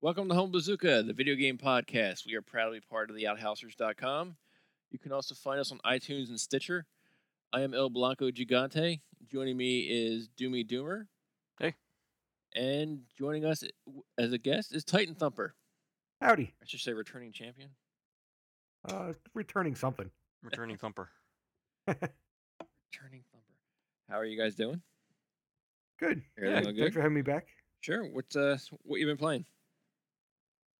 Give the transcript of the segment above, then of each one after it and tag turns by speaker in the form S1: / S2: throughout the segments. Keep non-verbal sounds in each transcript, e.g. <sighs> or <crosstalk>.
S1: Welcome to Home Bazooka, the video game podcast. We are proudly part of the Outhousers.com. You can also find us on iTunes and Stitcher. I am El Blanco Gigante. Joining me is Doomy Doomer.
S2: Hey.
S1: And joining us as a guest is Titan Thumper.
S3: Howdy.
S1: I should say returning champion.
S3: Uh, returning something.
S2: Returning Thumper.
S1: Returning Thumper. How are you guys doing?
S3: Good.
S1: Everything all good?
S3: Thanks for having me back.
S1: Sure. What's uh what you been playing?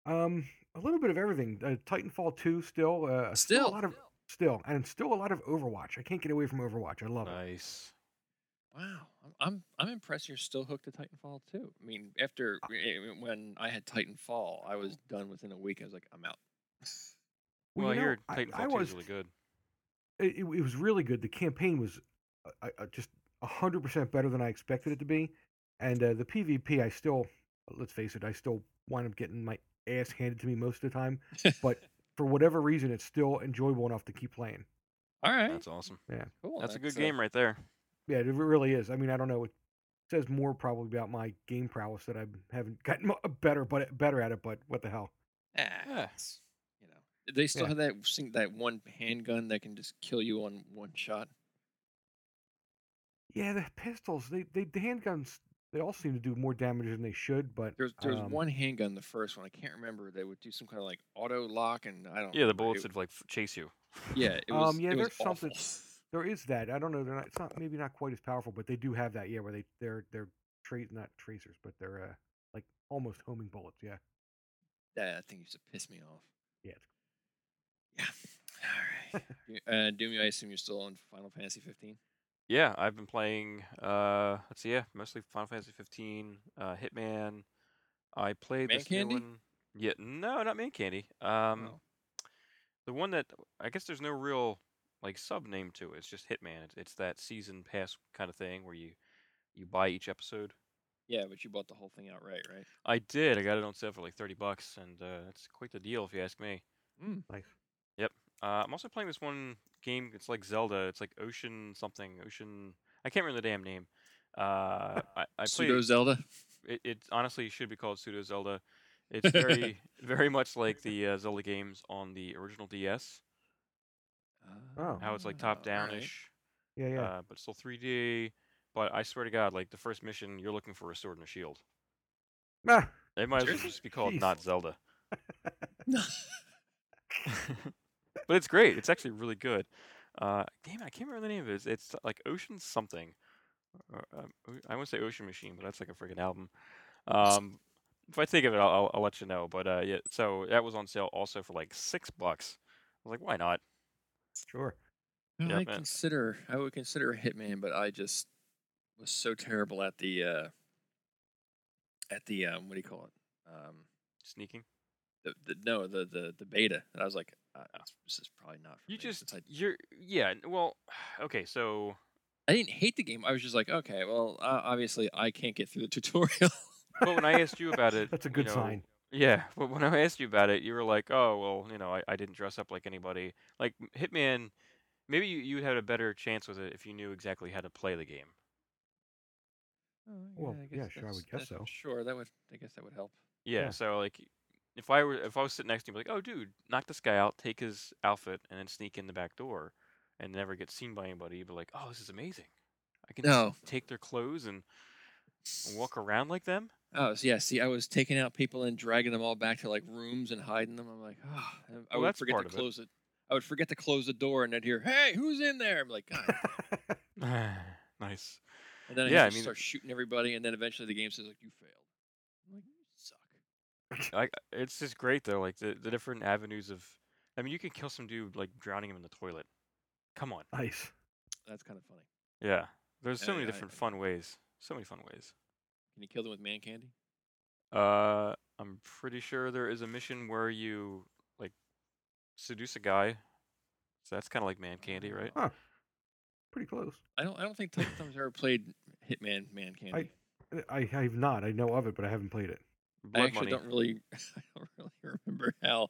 S3: Um, a little bit of everything. Uh, Titanfall two still. Uh,
S1: Still?
S3: a lot of still, and still a lot of Overwatch. I can't get away from Overwatch. I love it.
S2: Nice.
S1: Wow, I'm I'm, I'm impressed. You're still hooked to Titanfall too. I mean, after eh, when I had Titanfall, I was done within a week. I was like, I'm out.
S2: Well,
S3: you
S2: I hear
S3: know,
S2: Titanfall
S3: I, I
S2: 2
S3: was.
S2: is really good.
S3: It, it was really good. The campaign was uh, uh, uh, just hundred percent better than I expected it to be, and uh, the PvP. I still, let's face it, I still wind up getting my ass handed to me most of the time,
S1: <laughs>
S3: but for whatever reason, it's still enjoyable enough to keep playing.
S1: All right,
S2: That's awesome.
S3: Oh,
S1: cool.
S2: That's a
S3: uh,
S2: good game right there.
S3: Yeah, it really is. I mean, I don't know. It says more probably about my game prowess that I haven't gotten <laughs> mo- better, but better at it. But what the hell?
S1: Ah,
S2: Yeah.
S1: it's, You know, they still
S3: Yeah.
S1: have that sing- that one handgun that can just kill you on one shot.
S3: Yeah, the pistols, they, they the handguns, they all seem to do more damage than they should. But
S1: There's there's
S3: um,
S1: one handgun, the first one. I can't remember. They would do some kind of like auto lock, and I don't.
S2: Yeah, the
S1: remember.
S2: bullets
S1: It,
S2: would like f- chase you.
S1: yeah, it was.
S3: Um, yeah,
S1: it was
S3: there's something-
S2: <laughs>
S1: awful.
S3: There is that. I don't know. They're not. It's not maybe not quite as powerful, but they do have that. Yeah, where they they're they're tra- not tracers, but they're uh, like almost homing bullets. Yeah.
S1: That thing used to piss me off.
S3: Yeah.
S1: Yeah.
S2: <laughs>
S1: All right. You- uh, Doomy, I assume you're still on Final Fantasy 15.
S2: Yeah, I've been playing. Uh, let's see. Yeah, mostly Final Fantasy 15, uh, Hitman. I played
S1: Man
S2: this
S1: Candy?
S2: new one. Yeah, no, not Man Candy. Um, the one that I guess there's no real like sub name to it. It's just Hitman. It's, it's that season pass kind of thing where you you buy each episode.
S1: Yeah, but you bought the whole thing outright, right?
S2: I did. I got it on sale for like 30 bucks, and uh, that's quite the deal if you ask me. Hmm.
S3: Nice.
S2: Uh, I'm also playing this one game. It's like Zelda. It's like Ocean something. Ocean. I can't remember the damn name. Uh, I, I played
S1: Pseudo
S2: it,
S1: Zelda.
S2: it. It honestly should be called Pseudo Zelda. It's
S1: <laughs>
S2: very, very much like the uh, Zelda games on the original DS.
S3: Oh.
S2: How it's like
S1: Ah,
S2: top down
S1: alright.
S2: ish,
S3: Yeah, yeah.
S2: uh, but still 3D. But I swear to God, like the first mission, you're looking for a sword and a shield.
S3: Ah,
S2: It might as well
S1: Sure.
S2: just be called
S3: Jeez.
S2: not Zelda.
S1: <laughs>
S2: but it's great. It's actually really good. Uh, damn, it, I can't remember the name of it. It's, it's like Ocean something. Or, um, o- I want to say Ocean Machine, but that's like a freaking album. Um, if I think of it, I'll, I'll, I'll let you know. But uh, yeah, so that was on sale also for like six bucks. I was like, why not?
S3: sure.
S1: Well, Mm,
S2: Yeah,
S1: I
S2: man.
S1: consider I would consider a Hitman, but I just was so terrible at the uh at the um what do you call it? Um
S2: Sneaking.
S1: the, the no the the the beta. And I was like uh, uh, this is probably not for
S2: Ah. You
S1: me.
S2: just
S1: It's like-
S2: you're yeah. n- Well, <sighs> okay. So
S1: I didn't hate the game. I was just like, okay, well, uh, obviously I can't get through the <laughs> tutorial.
S2: but when I asked you about it,
S3: <laughs> That's a
S2: you
S3: good
S2: know,
S3: sign.
S2: Yeah, <laughs> but when I asked you about it, you were like, "Oh, well, you know, I, I didn't dress up like anybody." Like m- Hitman, maybe you you would have a better chance with it if you knew exactly how to play the game.
S3: Well, Oh, yeah, yeah, sure, I would guess so.
S1: Sure, that would I guess that would help.
S2: Yeah,
S3: Yeah.
S2: so like if I were if I was sitting next to you, I'd be like, "Oh, dude, knock this guy out, take his outfit, and then sneak in the back door, and never get seen by anybody," you'd be like, "Oh, this is amazing. I can just
S1: No.
S2: take their clothes and walk around like them."
S1: Oh so yeah, see, I was taking out people and dragging them all back to like rooms and hiding them. I'm like, oh, I
S2: Well,
S1: would
S2: that's
S1: forget
S2: part
S1: to
S2: of it.
S1: close it. I would forget to close the door and I'd hear, "Hey, who's in there?" I'm like, God.
S2: <sighs> nice.
S1: and
S2: <laughs>
S1: then I
S2: Yeah,
S1: yeah,
S2: I
S1: just
S2: mean-
S1: start shooting everybody, and then eventually the game says like, "You failed." I'm like, "You suck."
S2: I, it's just great though, like the, the different avenues of. I mean, you can kill some dude like drowning him in the toilet. Come on.
S3: nice.
S1: That's kind of funny.
S2: Yeah. There's so
S1: Yeah,
S2: many
S1: yeah,
S2: different
S1: yeah.
S2: fun ways. So many fun ways.
S1: Can you kill them with man candy?
S2: Uh, I'm pretty sure there is a mission where you like seduce a guy. So that's kind of like man candy, right?
S3: Huh. Pretty close.
S1: I don't. I don't think Titan's ever played Hitman Man Candy.
S2: <laughs>
S3: I have not. I know of it, <laughs> but I haven't played it.
S1: I
S2: Blood
S1: actually
S2: money.
S1: don't
S2: <laughs>
S1: really, <laughs> I don't really remember how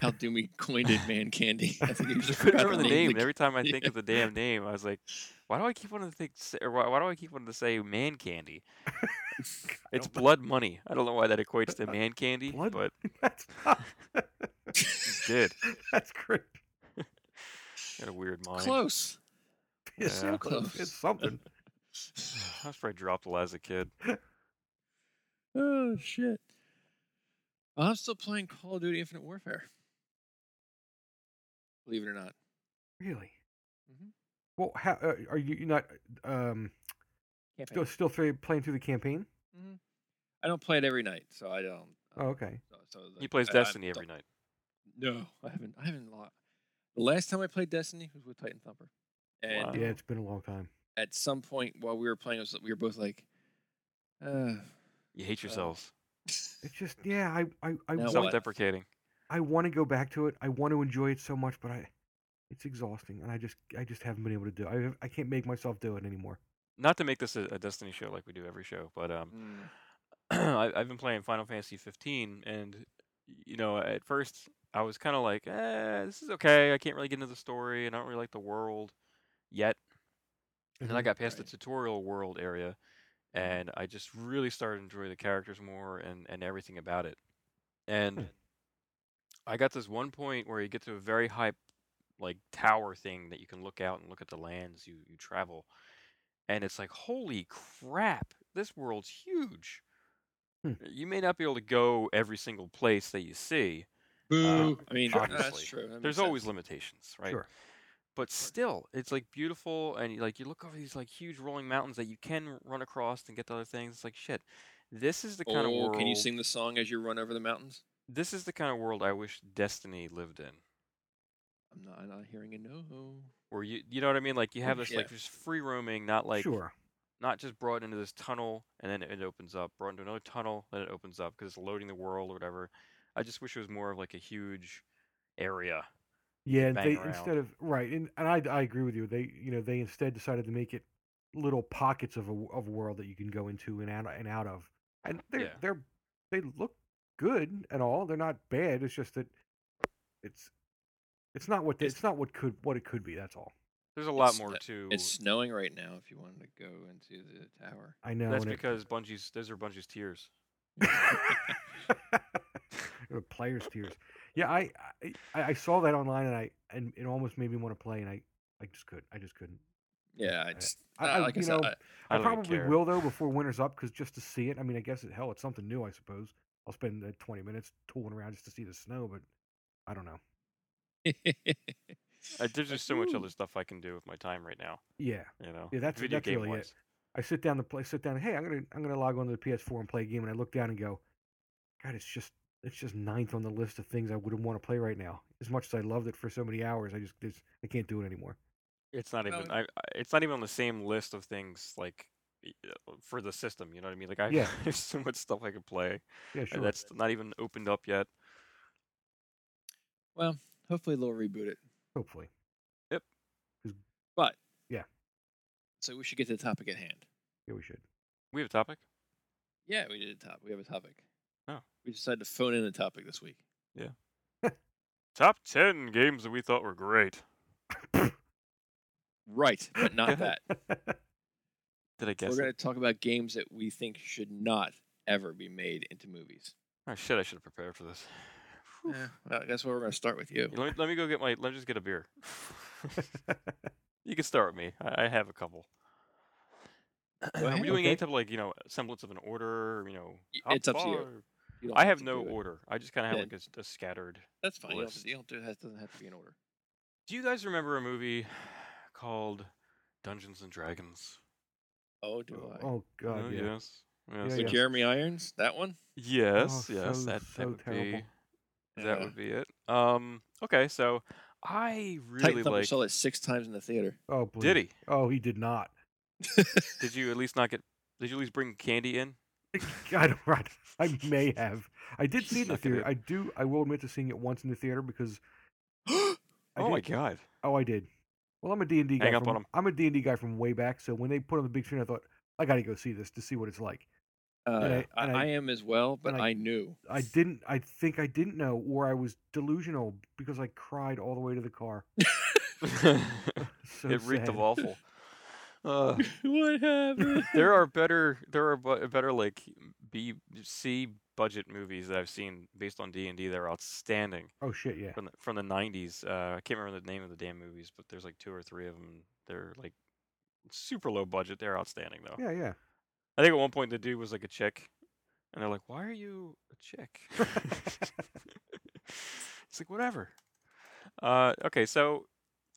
S1: how Doomy coined it, man candy. <laughs> I
S2: <laughs>
S1: think he just
S2: I couldn't
S1: forgot
S2: remember the
S1: name.
S2: name.
S1: of
S2: and
S1: <laughs>
S2: every time I think
S1: yeah.
S2: of the damn name, I was like, "Why do I keep wanting to think? s- Or why, why do I keep wanting to say man candy? It's
S3: don't know.
S2: blood money. I don't know why that equates
S1: <laughs>
S2: to man candy,
S3: Blood-
S2: but
S3: <laughs> That's not,
S2: it did.
S3: that's great.
S2: Got a weird mind.
S1: Close.
S3: It's,
S2: Yeah.
S3: something.
S1: Close.
S3: it's <laughs> something.
S2: <sighs> I was probably dropped a lot as a kid.
S1: Oh shit. I'm still playing Call of Duty Infinite Warfare. Believe it or not.
S3: Really? Mm-hmm.
S1: Mhm.
S3: Well, how, uh, are you you're not um, still still through, playing through the campaign?
S1: I don't play it every night, so I don't. um,
S3: Oh, okay.
S1: So, so
S2: He
S1: like,
S2: plays
S1: I- I
S2: Destiny
S1: don't-
S2: every night.
S1: <laughs> No, I haven't. I haven't. Lo- the last time I played Destiny was with Titan Thumper, and
S2: Wow.
S3: uh, Yeah,
S2: Oh.
S3: it's been a long time.
S1: at some point while we were playing, it was, we were both like, uh,
S2: <laughs> You hate
S1: Uh,
S2: yourselves.
S3: It's just yeah, I I I,
S1: Now
S3: want,
S1: what?
S2: Self-deprecating.
S3: I want to go back to it. I want to enjoy it so much, but I it's exhausting, and I just I just haven't been able to do. It. I I can't make myself do it anymore.
S2: Not to make this a, a Destiny show like we do every show, but um,
S1: mm,
S2: <clears throat> I, I've been playing Final Fantasy 15, and y- you know, at first I was kind of like, eh, this is okay. I can't really get into the story, and I don't really like the world yet. And then I
S3: Mhm.
S2: got past
S1: Right.
S2: the tutorial world area, and I just really started to enjoy the characters more and and everything about it.
S3: Hmm.
S2: And I got this one point where you get to a very high, like tower thing that you can look out and look at the lands you you travel, and it's like, holy crap, this world's huge.
S3: Hmm.
S2: You may not be able to go every single place that you see.
S1: boo. I mean,
S2: sure.
S1: uh, that's
S2: obviously.
S1: true. that
S2: There's
S1: makes
S2: always
S1: sense.
S2: limitations, right?
S3: Sure.
S2: but still it's like beautiful and you- like you look over these like huge rolling mountains that you can run across and get to other things it's like shit this is the kind of
S1: Oh,
S2: world
S1: can you sing the song as you run over the mountains?
S2: this is the kind of world i wish destiny lived in
S1: I'm not. I'm not hearing a no.
S2: where you you know what i mean like you have this
S1: Yeah.
S2: like just free roaming not like
S3: sure.
S2: not just brought into this tunnel and then it opens up brought into another tunnel then it opens up because it's loading the world or whatever i just wish it was more of like a huge area
S3: Yeah,
S2: bang
S3: they
S2: around.
S3: instead of right, and, and I I agree with you. They you know they instead decided to make it little pockets of a w- of a world that you can go into and out and out of, and they're
S2: Yeah.
S3: they're they look good and all. They're not bad. It's just that it's it's not what they,
S1: It's-
S3: it's not what could what it could be. That's all.
S2: there's a lot
S1: It's-
S2: more
S1: uh,
S2: to
S1: It's snowing right now. If you wanted to go into the tower,
S3: I know.
S2: that's
S3: and it-
S2: because bungie's those are bungie's tears
S3: <laughs> Uh, players tears. Yeah, I, I I I saw that online and I and it almost made me want to play and I I just could I just couldn't.
S1: yeah,
S3: I-
S1: I just,
S3: I-
S1: uh,
S3: I-
S1: like I
S3: you
S1: said,
S3: know,
S1: I-
S2: I
S3: I,
S2: don't even
S3: probably
S2: care.
S3: will though before winter's up because just to see it. I mean, I guess it, hell, it's something new, I suppose. I'll spend uh, 20 minutes tooling around just to see the snow, but I don't know.
S1: <laughs>
S2: Uh,
S1: Like,
S2: there's just so much
S1: "Ooh."
S2: other stuff I can do with my time right now.
S3: Yeah,
S2: You know,
S3: Yeah, that's-
S2: video
S3: that's
S2: game
S3: really it.
S2: wise.
S3: I sit down to play. Sit down. Hey, I'm gonna I'm gonna log onto the PS4 and play a game, and I look down and go, God, it's just it's just ninth on the list of things I wouldn't want to play right now. As much as I loved it for so many hours, I just it's, I can't do it anymore.
S2: It's not even.
S1: No.
S2: I, I- it's not even on the same list of things like y- uh, for the system. You know what I mean? Like I
S3: Yeah.
S2: <laughs> there's so much stuff I could play
S3: Yeah,
S2: and
S3: sure.
S2: that's not even opened up yet.
S1: well, hopefully they'll reboot it.
S3: Hopefully,
S1: But
S3: Yeah.
S1: so we should get to the topic at hand.
S3: yeah, we should.
S2: We have a topic.
S1: Yeah, we did a top. We have a topic.
S2: Oh.
S1: we decided to phone in a topic this week.
S2: Top ten games that we thought were great.
S1: Right, but
S2: <laughs> Go
S1: not
S2: ahead.
S1: that.
S2: Did I guess?
S1: We're going
S2: it?
S1: to talk about games that we think should not ever be made into movies.
S2: Oh shit! I should have prepared for this. Whew.
S3: <laughs>
S1: Yeah, well, that's where we're going to start with you.
S2: Let me let me go get my. Let me just get a beer. <laughs> you can start with me. I, I have a couple. Are
S1: ahead.
S2: we doing any
S1: Okay.
S2: type of like you know semblance of an order? You know,
S1: Y-
S2: how
S1: it's up to you.
S2: far-
S1: You don't
S2: I have
S1: to
S2: no
S1: do it.
S2: order. I just kind of have
S1: Yeah.
S2: like a s- a, scattered.
S1: That's fine. You don't, have
S2: list.
S1: to, you don't do it. It doesn't have to be in order.
S2: Do you guys remember a movie <sighs> called Dungeons and Dragons?
S1: Oh, do I?
S3: oh God,
S2: Oh, Yes.
S3: yeah.
S2: Yes.
S3: Yeah,
S1: With
S3: yeah.
S1: Jeremy Irons, that one.
S2: Yes.
S3: Oh,
S2: yes.
S3: so-
S2: that, that
S3: so
S2: would
S3: terrible.
S2: be. That
S1: Yeah.
S2: would be it. Um. Okay. So I really
S1: Titan Thumper
S2: like.
S1: saw it six times in the
S3: <gasps>
S1: theater.
S3: Oh, please.
S2: Did he?
S3: Oh, he did not.
S2: Did you at least not get? Did you at least bring candy in?
S3: <laughs> I don't. Right. I may have. I did see it in the
S2: Not gonna
S3: theater. I do. I will admit to seeing it once in the theater because I
S2: oh my
S3: did-
S2: god. <laughs>
S3: Oh, I did. Well, I'm a D and D guy.
S2: Hang up
S3: from,
S2: on 'em.
S3: I'm a D and D guy from way back. So when they put on the big screen, I thought I got to go see this to see what it's like.
S1: <gasps> Uh,
S3: And I-
S1: I,
S3: and
S1: I,
S3: I-
S1: am as well, but
S3: and I-
S1: I,
S3: <laughs>
S1: knew. <laughs>
S3: I didn't. I think I didn't know, or I was delusional because I cried all the way to the car. <laughs> So
S2: it reeked
S3: sad.
S2: of awful.
S3: <laughs>
S2: Uh,
S1: what happened?
S2: <laughs> there are better there are bu- better like B C budget movies that I've seen based on D and D that are outstanding
S3: Oh shit!
S2: <laughs>
S3: Yeah.
S2: from the from the nineties. Uh, I can't remember the name of the damn movies, but there's like two or three of them. They're like super low budget. They're outstanding though.
S3: Yeah, yeah.
S2: I think at one point the dude was like a chick, and they're like, "Why are you a
S3: <laughs>
S2: chick?" <laughs> it's like whatever. Uh, okay, so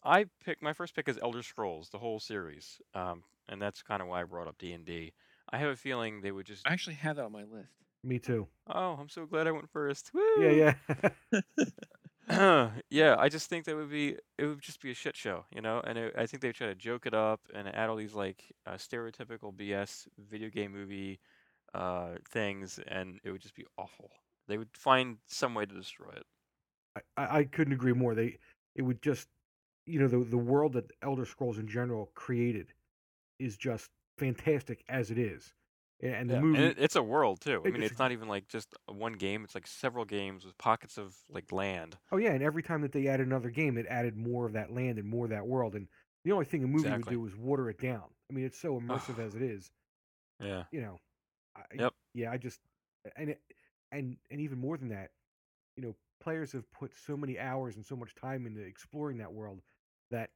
S2: I pick my first pick is Elder Scrolls, the whole series, um, and that's kind of why I brought up D and D. I have a feeling they would just.
S1: I actually have that on my list.
S3: Me too.
S2: Oh, I'm so glad I went first.
S3: Yeah, yeah. <laughs>
S2: yeah. <clears throat> yeah, I just think that would be it would just be a shit show, you know. And it, I think they try to joke it up and add all these like uh, stereotypical BS video game movie uh, things, and it would just be awful. They would find some way to destroy it.
S3: I- I, I couldn't agree more. They it would just you know the the world that Elder Scrolls in general created is just fantastic as it is, A- and the
S2: Yeah,
S3: movie.
S2: it, it's a world too. I
S3: it-
S2: mean,
S3: it's
S2: it's not even like just one game. It's like several games with pockets of like land.
S3: oh yeah, and every time that they added another game, it added more of that land and more of that world. And the only thing a movie
S2: Exactly.
S3: would do is water it down. I mean, it's so immersive as it is.
S2: Yeah.
S3: You know. I,
S2: Yep.
S3: Yeah, I just and it, and and even more than that, you know, players have put so many hours and so much time into exploring that world that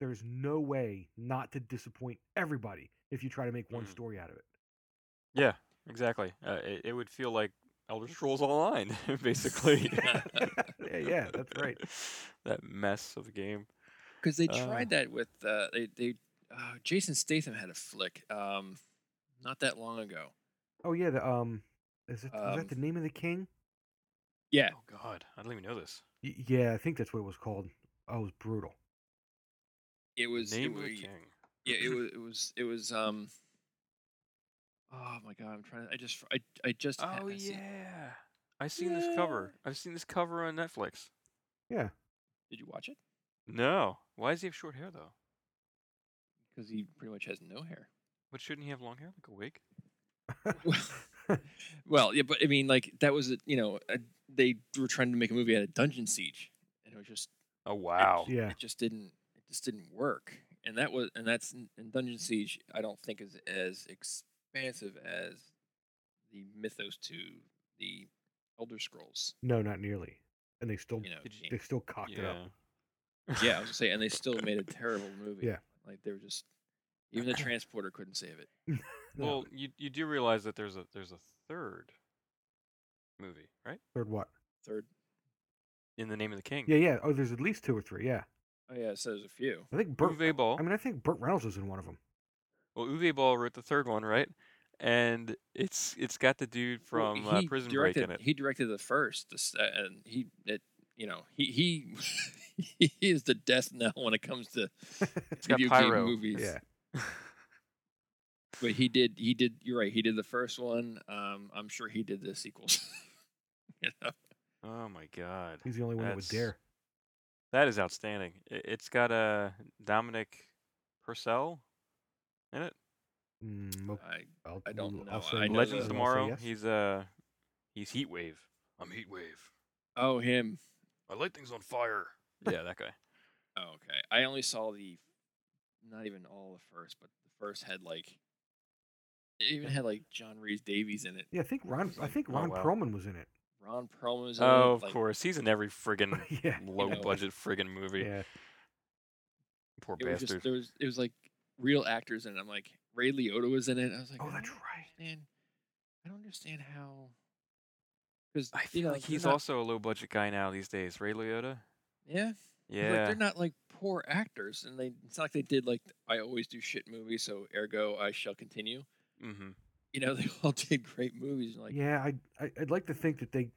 S3: there's no way not to disappoint everybody if you try to make one
S2: Mhm.
S1: Mm-hmm.
S3: story out of it. <laughs>
S2: Yeah, exactly. Uh, it, it would feel like Elder Scrolls Online, <laughs>
S1: <laughs>
S2: basically.
S3: Yeah, <laughs> yeah, that's right.
S2: <laughs> that mess of a game.
S1: Because they
S2: Uh.
S1: tried that with uh, they they uh, Jason Statham had a flick um, not that long ago.
S3: Oh yeah, the um, is it was
S1: Um,
S3: that the name of the king?
S1: Yeah,
S2: Oh God, I don't even know this.
S3: Y- yeah, I think that's what it was called. Oh, it was brutal.
S1: it was it
S2: Name of
S1: was
S2: the King.
S1: yeah it was it was it was um. Oh my god, I'm trying. to I just I I just ha-
S2: Oh
S1: I see-
S2: yeah, I've seen this cover. I've seen this cover on Netflix.
S1: Did you watch it?
S2: No, why does he have short hair though?
S1: Because he pretty much has no hair.
S2: But shouldn't he have long hair like a wig?
S1: Well, yeah, but I mean, like that was a, you know a, they were trying to make a movie out of Dungeon Siege, and it was just
S2: Oh
S1: it-
S2: wow.
S3: Yeah.
S1: it just didn't it just didn't work. And that was and that's and Dungeon Siege I don't think is as expansive as the Mythos to the Elder Scrolls.
S3: no, not nearly. And they still
S1: You know,
S2: Did you-
S1: game.
S3: they still cocked it up.
S1: <laughs> yeah, I was gonna say, and they still made a terrible movie.
S3: Yeah.
S1: like they were just even the transporter couldn't save it.
S3: <laughs> No,
S2: Well, you you do realize that there's a there's a third movie, right?
S3: third what?
S1: Third,
S2: In the Name of the King.
S3: Yeah, yeah. Oh, there's at least two or three. Yeah,
S1: oh yeah, so there's a few.
S3: I think Burt.
S2: Uwe Ball.
S3: I mean, I think Burt Reynolds was in one
S2: <laughs>
S3: of them.
S2: well, Uwe Ball wrote the third one, right? And it's it's got the dude
S1: Well,
S2: from uh,
S1: he
S2: Prison Break
S1: directed,
S2: in it.
S1: He directed the first, the s- uh, and he, it, you know, he he <laughs> he is the death knell when it comes to
S2: It's got
S1: video
S2: pyro.
S1: game movies.
S3: Yeah.
S1: But he did, he did. You're right. He did the first one. Um, I'm sure he did the sequels. <laughs> you know?
S2: Oh my god.
S3: He's the only one that would
S2: That's-
S3: dare.
S2: That is outstanding. I- It's got a Dominic Purcell in it.
S3: Mm, ok-
S1: I,
S3: I'll,
S1: I don't
S3: we'll-
S1: know.
S3: I'll say
S1: I know
S2: Legends
S1: that-
S3: no, I'll say
S2: Tomorrow.
S3: yes.
S2: He's uh he's
S1: <laughs>
S2: Heat Wave. I'm Heat Wave.
S1: oh him.
S2: I light things on fire. yeah, that guy.
S1: Oh, okay. I only saw the, not even all the first, but the first had like, it even had like John Reese Davies in it.
S3: Yeah, I think Ron. I think
S2: Oh,
S3: Ron
S2: wow.
S3: Perlman was in it. <laughs>
S1: Ron Perlman was in it.
S2: Oh, of
S1: like,
S2: course. He's in every
S1: <laughs>
S2: friggin'
S3: yeah.
S2: low
S1: know,
S2: budget friggin' movie.
S3: Yeah.
S2: Poor
S1: it was
S2: bastard.
S1: just there was it was like real actors in it. I'm like Ray Liotta was in it. I was like,
S3: Oh,
S1: I
S3: that's
S1: don't
S3: right.
S1: understand- I don't understand how because
S2: I feel like he's also a low budget guy now these days. Ray Liotta.
S1: yeah. I was like,
S2: Yeah.
S1: they're not like poor actors, and they it's not like they did like I always do shit movies, so ergo I shall continue.
S2: mm-hmm.
S1: <laughs> You know, they all did great movies. and, Like
S3: yeah. I'd, I- I'd like to think that they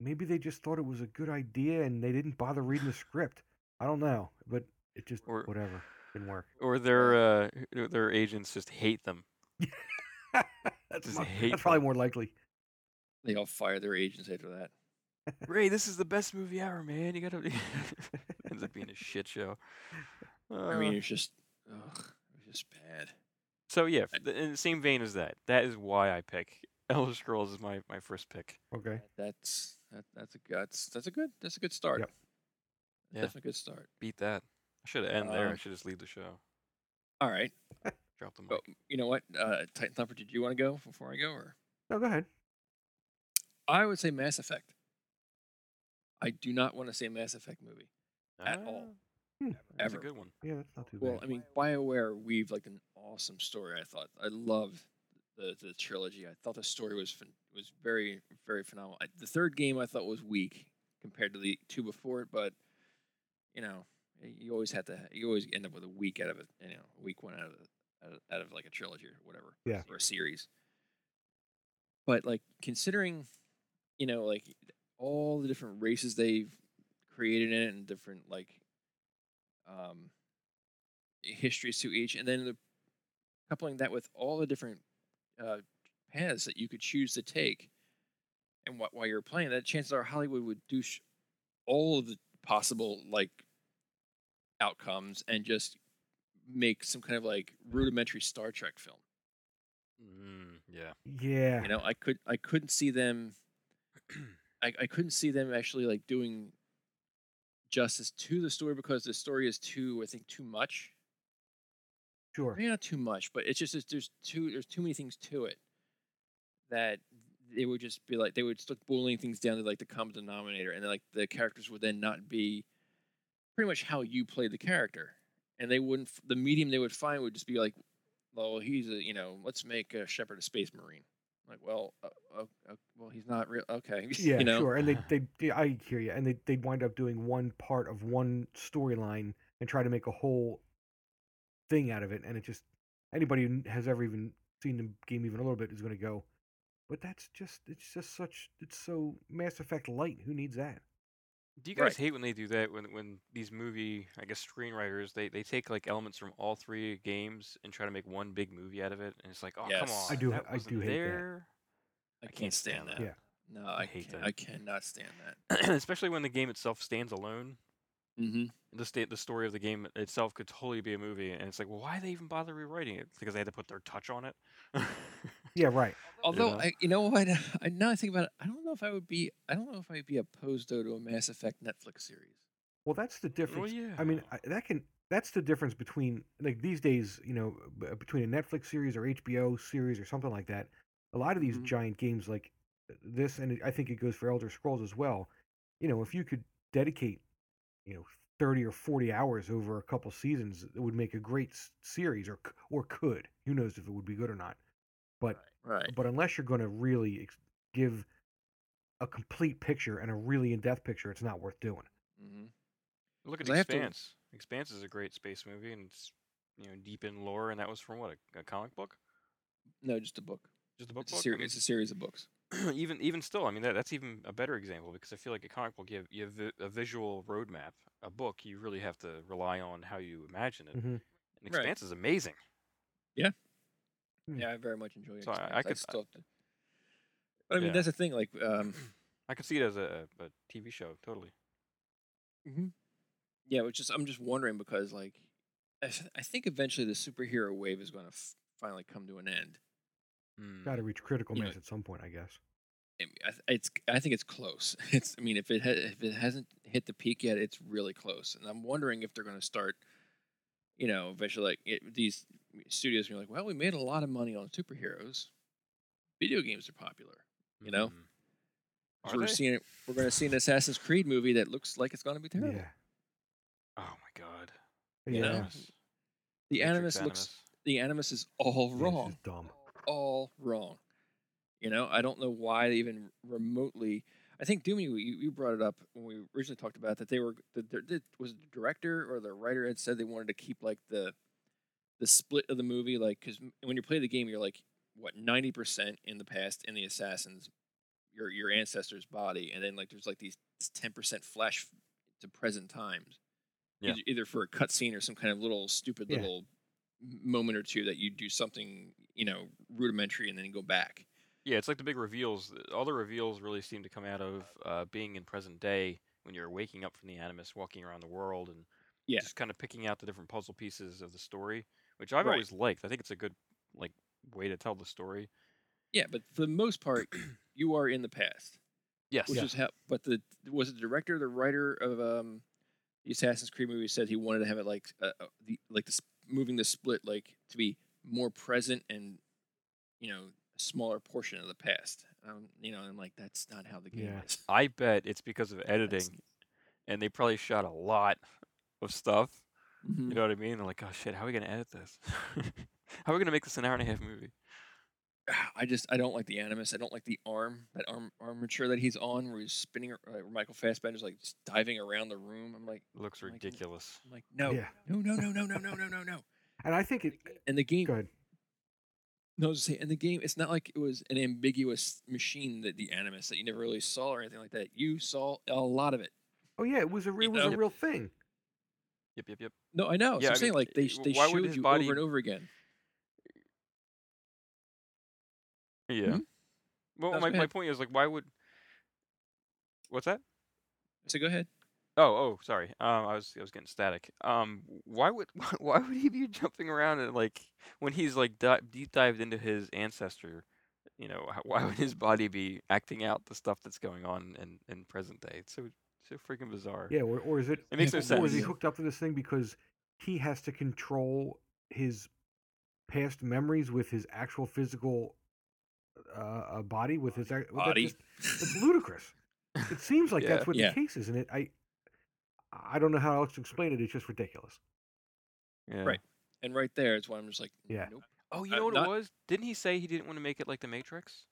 S3: maybe they just thought it was a good idea and they didn't bother reading the script. I don't know, but it just
S2: Or-
S3: whatever
S2: <laughs>
S3: didn't work.
S2: Or their uh, h- their agents just hate them.
S3: That's,
S2: Just
S3: mo-
S2: hateful.
S3: that's probably more likely.
S1: they all fire their agents after that.
S2: Ray, this is the best movie ever, man. You gotta. <laughs> ends up being a shit show.
S1: I mean,
S2: Uh,
S1: it's just ugh, it's just bad.
S2: so yeah, f- th- in the same vein as that, that is why I pick <laughs> Elder Scrolls is my, my first pick.
S3: Okay.
S1: That's that, that's a good- that's that's a good that's a good start.
S3: Yep.
S2: Yeah.
S1: Definitely a good start.
S2: Beat that. I should end there. I
S1: Um,
S2: should just leave the show.
S1: All right.
S2: Drop the mic.
S1: Well, you know what? Uh, Titan Thumper, did you want to go before I go? Or
S3: No, go ahead.
S1: I would say Mass Effect. I do not want to say Mass Effect movie. at
S2: Ah,
S1: all.
S3: Hmm.
S2: That's a
S1: Ever.
S2: good one.
S3: Yeah, that's not too
S1: Well, I
S3: bad.
S1: mean, BioWare weaved like an awesome story. I thought I loved the the trilogy. I thought the story was phen- was very very phenomenal. I, the third game I thought was weak compared to the two before it, but you know, y- you always have to you always end up with a week out of it. You know, a week one out of the, out of, out of like a trilogy or whatever,
S3: Yeah.
S1: or a series. But like considering, you know, like all the different races they've created in it and different like um histories to each, and then the, coupling that with all the different uh, paths that you could choose to take, and wh- while you're playing, that chances are Hollywood would do sh- all of the possible like outcomes and just make some kind of like rudimentary Star Trek film.
S2: Mm, yeah.
S3: yeah.
S1: You know, I could I couldn't see them. I, I couldn't see them actually like doing justice to the story because the story is too I think too much.
S3: sure.
S1: Maybe not too much, but it's just it's, there's too there's too many things to it that it would just be like they would start boiling things down to like the common denominator, and then like the characters would then not be pretty much how you played the character, and they wouldn't f- the medium they would find would just be like, well, he's a you know let's make a shepherd a space marine. Like, well, uh, uh, uh, well, he's not real. Okay, <laughs>
S3: Yeah,
S1: you know,
S3: sure. And they, they, yeah, I hear you. And they, they'd wind up doing one part of one storyline and try to make a whole thing out of it. And it just, anybody who has ever even seen the game even a little bit is going to go, but that's just, it's just such, it's so Mass Effect light. Who needs that?
S2: Do you guys
S1: Right.
S2: hate when they do that? When when these movie, I guess screenwriters, they, they take like elements from all three games and try to make one big movie out of it, and it's like, oh come
S1: Yes.
S2: on,
S1: I
S3: do-
S2: that
S3: I
S2: wasn't
S3: do hate that.
S2: there. <clears throat>
S1: I
S2: can't
S1: can't stand
S2: stand
S1: that.
S3: that.
S1: No, I,
S2: hate
S1: can't,
S2: that.
S1: I cannot stand that.
S2: Especially when the game itself stands alone.
S1: Mm-hmm.
S2: The state, the story of the game itself could totally be a movie, and it's like, well, why they even bother rewriting it? It's because they had to put their touch on it. <laughs>
S3: Yeah, right.
S1: Although
S2: know?
S1: I, you know what, <laughs> I now I think about it, I don't know if I would be, I don't know if I'd be opposed though to a Mass Effect Netflix series.
S3: Well, that's the difference.
S2: well, yeah.
S3: I mean, I, that can that's the difference between like these days, you know, b- uh, between a Netflix series or HBO series or something like that. A lot of these
S1: Mhm.
S3: giant games like uh, this, and I think it goes for Elder Scrolls as well. You know, if you could dedicate, you know, thirty or forty hours over a couple seasons, it would make a great s- series, or c- or could. Who knows if it would be good or not? But
S1: Right.
S3: but unless you're going to really ex- give a complete picture and a really in-depth picture, it's not worth doing.
S1: hmm
S2: look at
S1: 'cause I have to-
S2: Expanse. Expanse is a great space movie, and it's you know deep in lore, and that was from what a, a comic book,
S1: No, just a book.
S2: just a book.
S1: It's a
S2: book? I
S1: series.
S2: mean,
S1: It's a series of books.
S2: <clears throat> even even still, I mean that, that's even a better example because I feel like a comic book you have, you have vi- a visual roadmap. A book you really have to rely on how you imagine it.
S1: Mm-hmm.
S3: Mhm.
S2: And
S1: Right.
S2: Expanse is amazing.
S3: Hmm.
S1: Yeah, I very much enjoy.
S2: So I- I
S1: Expanse.
S2: could- I-
S1: still
S2: <sniffs>
S1: have to- But I mean,
S2: Yeah.
S1: that's the thing. Like, um,
S2: I could see it as a, a TV show totally.
S1: yeah, which is I'm just wondering because like, I, th- I think eventually the superhero wave is going to f- finally come to an end.
S3: Got to reach critical
S1: Mm-hmm. You know-
S3: mass at some point, I guess.
S1: I mean, I th- it's I think it's close. <laughs> It's I mean if it ha- if it hasn't hit the peak yet, it's really close. And I'm wondering if they're going to start, you know, eventually like it, these studios are like, well, we made a lot of money on superheroes. Video games are popular. you know?
S2: Mm.
S1: So
S2: Are
S1: we're
S2: they?
S1: seeing it. We're going to see an Assassin's Creed movie that looks like it's going to be terrible.
S3: Yeah.
S2: Oh my god.
S1: You know?
S3: Yeah.
S2: Animus.
S1: The
S2: Matrix
S1: Animus looks. The Animus is all
S3: Yeah, it's
S1: wrong.
S3: just dumb.
S1: all wrong. You know, I don't know why they even remotely. I think Doomy, you, you brought it up when we originally talked about that they were the, the, the was it the director or the writer had said they wanted to keep like the the split of the movie, like because when you play the game, you're like what ninety percent in the past in the assassins, your your ancestors' body, and then like there's like these ten percent flash to present times,
S2: Yeah.
S1: Eith- either for a cutscene or some kind of little stupid
S3: Yeah.
S1: little m- moment or two that you do something you know rudimentary and then go back.
S2: Yeah, it's like the big reveals. th- All the reveals really seem to come out of uh, being in present day when you're waking up from the Animus, walking around the world, and
S1: Yeah.
S2: just kind of picking out the different puzzle pieces of the story, which I've
S1: Right.
S2: always liked. I think it's a good like way to tell the story.
S1: Yeah, but for the most <clears throat> part, you are in the past,
S2: Yes.
S1: which is how. But the was it the director, the writer of um, the Assassin's Creed movie said he wanted to have it like uh, uh, the like the s- moving the split like to be more present and you know a smaller portion of the past. Um, you know, I'm like that's not how the game
S3: Yeah.
S1: is.
S2: I bet it's because of
S1: That's-
S2: editing, and they probably shot a lot of stuff.
S1: Mhm.
S2: You know what I mean? They're like, oh shit, how are we gonna edit this? <laughs> how are we gonna make this an hour and a half movie?
S1: <sighs> I just I don't like the animus. I don't like the arm that arm armature that he's on, where he's spinning. ar- Uh, Michael Fassbender's like just diving around the room. I'm like,
S2: Looks
S1: I'm like, "N-
S2: ridiculous.
S1: I'm like no,
S3: Yeah.
S1: no, no, no, no, no, no, no, no, no.
S3: And I think it.
S1: And the game,
S3: Go ahead.
S1: no, I was gonna say, and the game, it's not like it was an ambiguous machine that the animus that you never really saw or anything like that. You saw a lot of it.
S3: Oh yeah, it was a re-
S1: You
S3: it was a
S1: know-
S3: real thing.
S2: Yep, yep, yep.
S1: No, I know. so
S2: Yeah,
S1: I'm
S2: I
S1: saying
S2: mean,
S1: like they
S2: i-
S1: sh- they
S2: why would
S1: showed
S2: his
S1: you
S2: body-
S1: over and over again.
S2: Yeah.
S1: Mhm. No,
S2: Well, my,
S1: go
S2: my
S1: ahead.
S2: point is like, why would? What's that?
S1: So go ahead.
S2: Oh, oh, sorry. Um, I was I was getting static. Um, why would <laughs> why would he be jumping around and like when he's like di- deep dived into his ancestor? You know, h- why would his body be acting out the stuff that's going on in, in present day? It's so so freaking bizarre.
S3: Yeah, or, or is it?
S2: It makes no
S3: Or is he
S2: sense.
S3: hooked up to this thing because he has to control his past memories with his actual physical uh, uh, body, with his ac- well, that
S1: Body.
S3: just- it's ludicrous. It seems
S1: <laughs>
S3: like
S2: Yeah.
S3: that's what
S1: Yeah.
S3: the case is, and it I I don't know how else to explain it. It's just ridiculous.
S2: Yeah.
S1: Right. <laughs> And right there, it's why I'm just like,
S3: Yeah.
S1: nope.
S2: Oh, you
S1: Uh,
S2: know what
S1: not-
S2: it was? Didn't he say he didn't want to make it like the Matrix?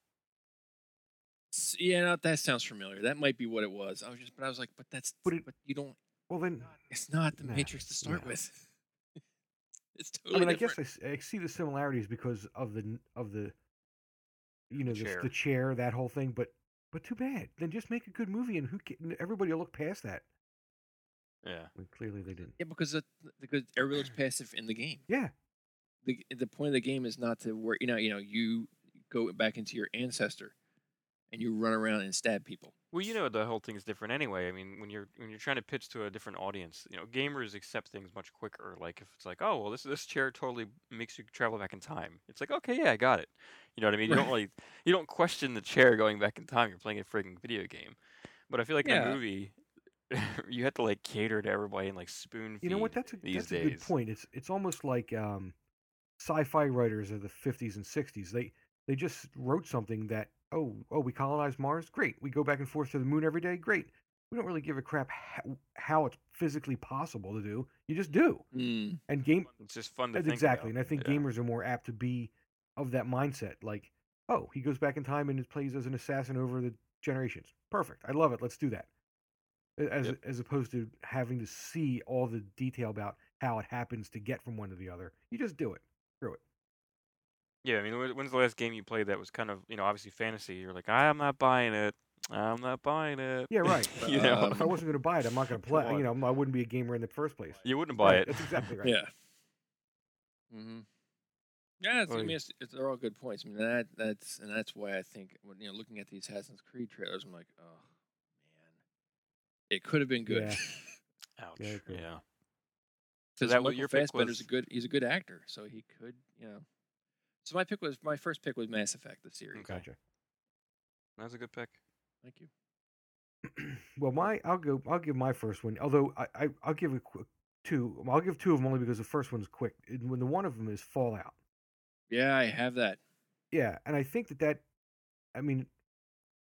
S1: S- Yeah, no, that sounds familiar. That might be what it was. I was just, but I was like, but that's,
S3: But it-
S1: but you don't
S3: Well then,
S1: It's not the
S3: Nah,
S1: Matrix to start
S3: no.
S1: with. <laughs> it's
S3: I
S1: totally
S3: mean, I guess
S1: different.
S3: I, s- I see the similarities because of the n- of the you know the, s-
S2: chair.
S3: the chair, that whole thing. But but too bad. Then just make a good movie, and who ca- and everybody will look past that.
S2: Yeah.
S3: Well, clearly they didn't.
S1: yeah, because it, because everybody looks passive in the game.
S3: Yeah,
S1: The the point of the game is not to where you know you know you go back into your ancestor, and you run around and stab people.
S2: Well, you know the whole thing's different anyway. I mean, when you're when you're trying to pitch to a different audience, you know, gamers accept things much quicker. Like if it's like, oh well, this this chair totally makes you travel back in time. It's like, okay, yeah, I got it. You know what I mean? You don't
S1: Right.
S2: really you don't question the chair going back in time. You're playing a freaking video game. But I feel like in
S1: Yeah.
S2: a movie, <laughs> you have to like cater to everybody and like spoon feed.
S3: you know what? That's a
S2: these
S3: that's a good
S2: days.
S3: point. It's it's almost like um, sci-fi writers of the '50s and '60s. They they just wrote something that oh oh we colonized Mars, great. We go back and forth to the moon every day, great. We don't really give a crap how, how it's physically possible to do. You just do. And game
S2: It's just fun to
S3: That's
S2: think
S3: exactly,
S2: about.
S3: and I think
S2: Yeah.
S3: gamers are more apt to be of that mindset. Like, oh, he goes back in time and plays as an assassin over the generations. Perfect. I love it. Let's do that. A- As
S2: Yep.
S3: as opposed to having to see all the detail about how it happens to get from one to the other. You just do it.
S2: Yeah, I mean, when- when's the last game you played that was kind of, you know, obviously fantasy? You're like, I'm not buying it. I'm not buying it. <laughs>
S3: Yeah, right. uh,
S2: you know,
S1: Um,
S3: If I wasn't going to buy it, I'm
S2: <laughs>
S3: not going to
S2: Come
S3: play. You
S2: on.
S3: know, I wouldn't be a gamer in the first place.
S2: you wouldn't buy
S3: Right,
S2: it. <laughs>
S3: That's exactly right.
S1: Yeah. hmm Yeah, it's, I
S2: Oy.
S1: mean, it's, it's, they're all good points. I mean, that that's and that's why I think when, you know, looking at these Assassin's Creed trailers, I'm like, oh man, it could have been good.
S3: Yeah.
S1: <laughs>
S2: <laughs> Ouch.
S3: Yeah, true.
S2: Yeah.
S1: So
S2: that
S1: that
S2: what
S1: Michael
S2: your pick
S1: Fassbender's a
S2: was?
S1: good he's a good actor, so he could, you know. So my pick was my first pick was Mass Effect the series.
S2: Okay.
S3: Gotcha.
S2: That's a good pick.
S1: Thank you.
S3: well, my I'll go. I'll give my first one. Although I, I I'll give a quick two. I'll give two of them only because the first one's quick. And When the one of them is Fallout.
S1: Yeah, I have that.
S3: Yeah, and I think that that, I mean,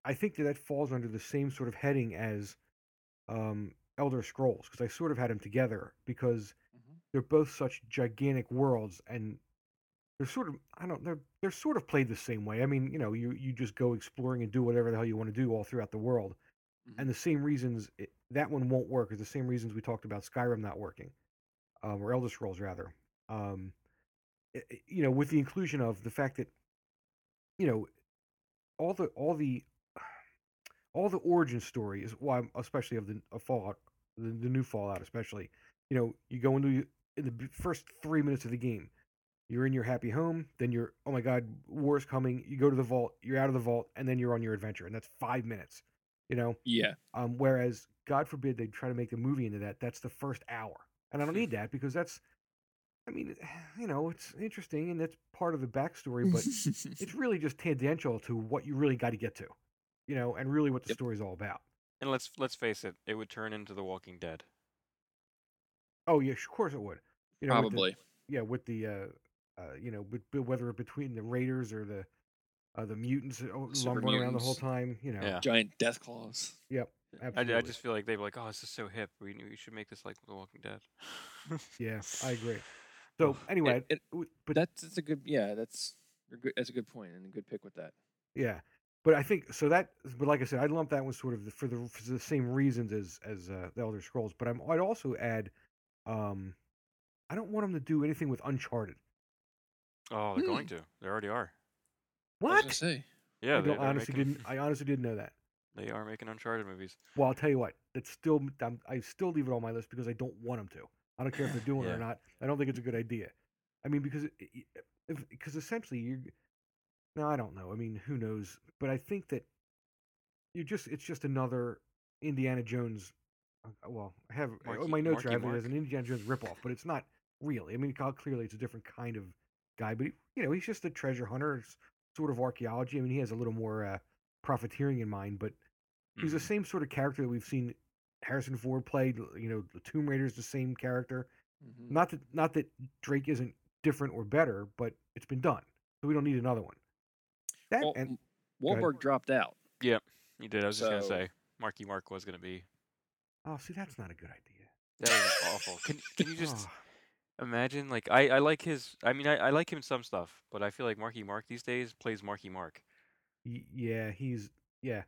S3: I think that that falls under the same sort of heading as um, Elder Scrolls because I sort of had them together because
S1: Mhm.
S3: they're both such gigantic worlds and they're sort of I don't they're they're sort of played the same way. I mean, you know, you you just go exploring and do whatever the hell you want to do all throughout the world, and the same reasons it, that one won't work is the same reasons we talked about Skyrim not working, um, or Elder Scrolls rather. Um, i- i- you know, with the inclusion of the fact that, you know, all the all the <sighs> all the origin story is why, especially of the of Fallout, the, the new Fallout, especially. You know, you go into in the b- first three minutes of the game, you're in your happy home, then you're oh my god, war's coming. You go to the vault, you're out of the vault, and then you're on your adventure, and that's five minutes. You know,
S1: Yeah.
S3: um, whereas,
S1: <laughs>
S3: God forbid, they try to make the movie into that. That's the first hour, and I don't need that because that's I mean, <sighs> you know, it's interesting and that's part of the <laughs>
S1: <laughs>
S3: backstory, but it's really just tangential to what you really got to get to, you know, and really what the
S1: Yep.
S3: story's all about.
S2: And let's let's face it, it would turn into The Walking Dead.
S3: Oh yeah, of course it would. You know, with the-
S1: Probably.
S3: yeah, with the uh, uh you know, with, with- whether it between the Raiders or the uh, the mutants uh, oh,
S1: Super
S3: lumbering around the whole
S1: mutants.
S3: time, you know.
S2: Yeah.
S1: Giant death claws.
S3: Yep.
S2: I,
S3: Absolutely.
S2: I just feel like they'd be like, oh, this is so hip. We, we should make this like The Walking Dead.
S3: Yeah,
S1: <sighs>
S3: I agree. So anyway,
S1: it-
S3: w- but
S1: That's, that's a good. Yeah, that's you're good, that's a good point and a good pick with that.
S3: Yeah, but I think so that. But like I said, I lump that one sort of the, for the for the same reasons as as uh, the Elder Scrolls. But I'm, I'd also add, um, I don't want them to do anything with Uncharted.
S2: <laughs> Oh, they're going to. They already are.
S1: I was gonna
S3: What?
S1: say,
S2: Yeah,
S3: I
S2: they,
S3: don't,
S2: they're
S3: honestly
S2: making,
S3: didn't. I honestly didn't know that.
S2: they are making Uncharted movies.
S3: Well, I'll tell you what. That's still I'm, I still leave it on my list because I don't want them to. I don't care if they're doing it
S2: Yeah.
S3: or not. I don't think it's a good idea. I mean, because it- it- if, because essentially you. Now I don't know. I mean, who knows? But I think that you just it's just another Indiana Jones. uh, uh, Well, I have uh,
S2: Marky-
S3: my notes
S2: Marky
S3: are having it
S2: Mark?
S3: as an Indiana Jones ripoff, but it's not really. I mean, cal- clearly it's a different kind of guy, but he, you know, he's just a treasure hunter, s- sort of archaeology. I mean, he has a little more uh, profiteering in mind, but he's the
S2: Mhm.
S3: same sort of character that we've seen Harrison Ford play. l- You know, the Tomb Raider's the same character.
S2: Mm.
S1: mhm.
S3: Mm-hmm. Not that not that Drake isn't different or better, but it's been done, so we don't need another one. That
S1: Well,
S3: and go ahead.
S1: Wahlberg dropped out.
S2: Mm-hmm. You did. I was just
S1: So-
S2: gonna say, Marky Mark was gonna be.
S3: oh, see, that's not a good idea.
S2: That was awful. Can can you just
S3: <laughs> Oh,
S2: imagine? Like, I I like his. I mean, I, I like him in some stuff, but I feel like Marky Mark these days plays Marky Mark.
S3: y- yeah, he's yeah.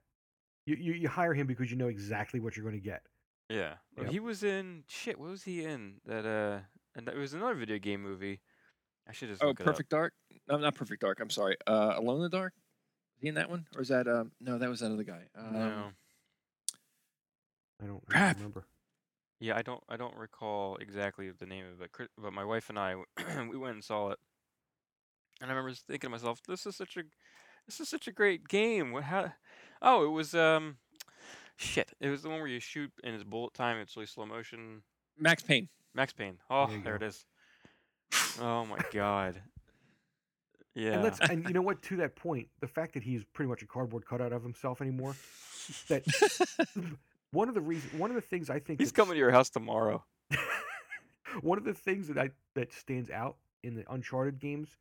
S3: You, you you hire him because you know exactly what you're going to get.
S2: Yeah. Well,
S3: Yep.
S2: He was in shit. What was he in? That uh, and that, it was another video game movie. I should just
S1: Oh,
S2: look it up.
S1: Perfect Dark. No, not Perfect Dark. I'm sorry. Uh, Alone in the Dark. Is he in that one, or is that um? No, that was that other guy. Um,
S2: No.
S3: I don't, I don't
S1: Crap.
S3: remember.
S2: Yeah, I don't I don't recall exactly the name of it, Chri- but my wife and I <clears throat> we went and saw it, and I remember just thinking to myself, "This is such a this is such a great game." What? How? Oh, it was um, shit. It was the one where you shoot and it's bullet time. It's really slow motion.
S1: Max Payne. <laughs>
S2: Max Payne. Oh,
S3: you
S2: there it
S3: go. <sighs>
S2: is. Oh my god. Yeah. <laughs>
S3: And let's and you know what? To that point, the fact that he's pretty much a cardboard cutout of himself anymore.
S2: <laughs>
S3: That one of the reasons, one of the things I think
S2: He's
S3: that's-
S2: coming to your house tomorrow.
S3: <laughs> one of the things that I that stands out in the Uncharted games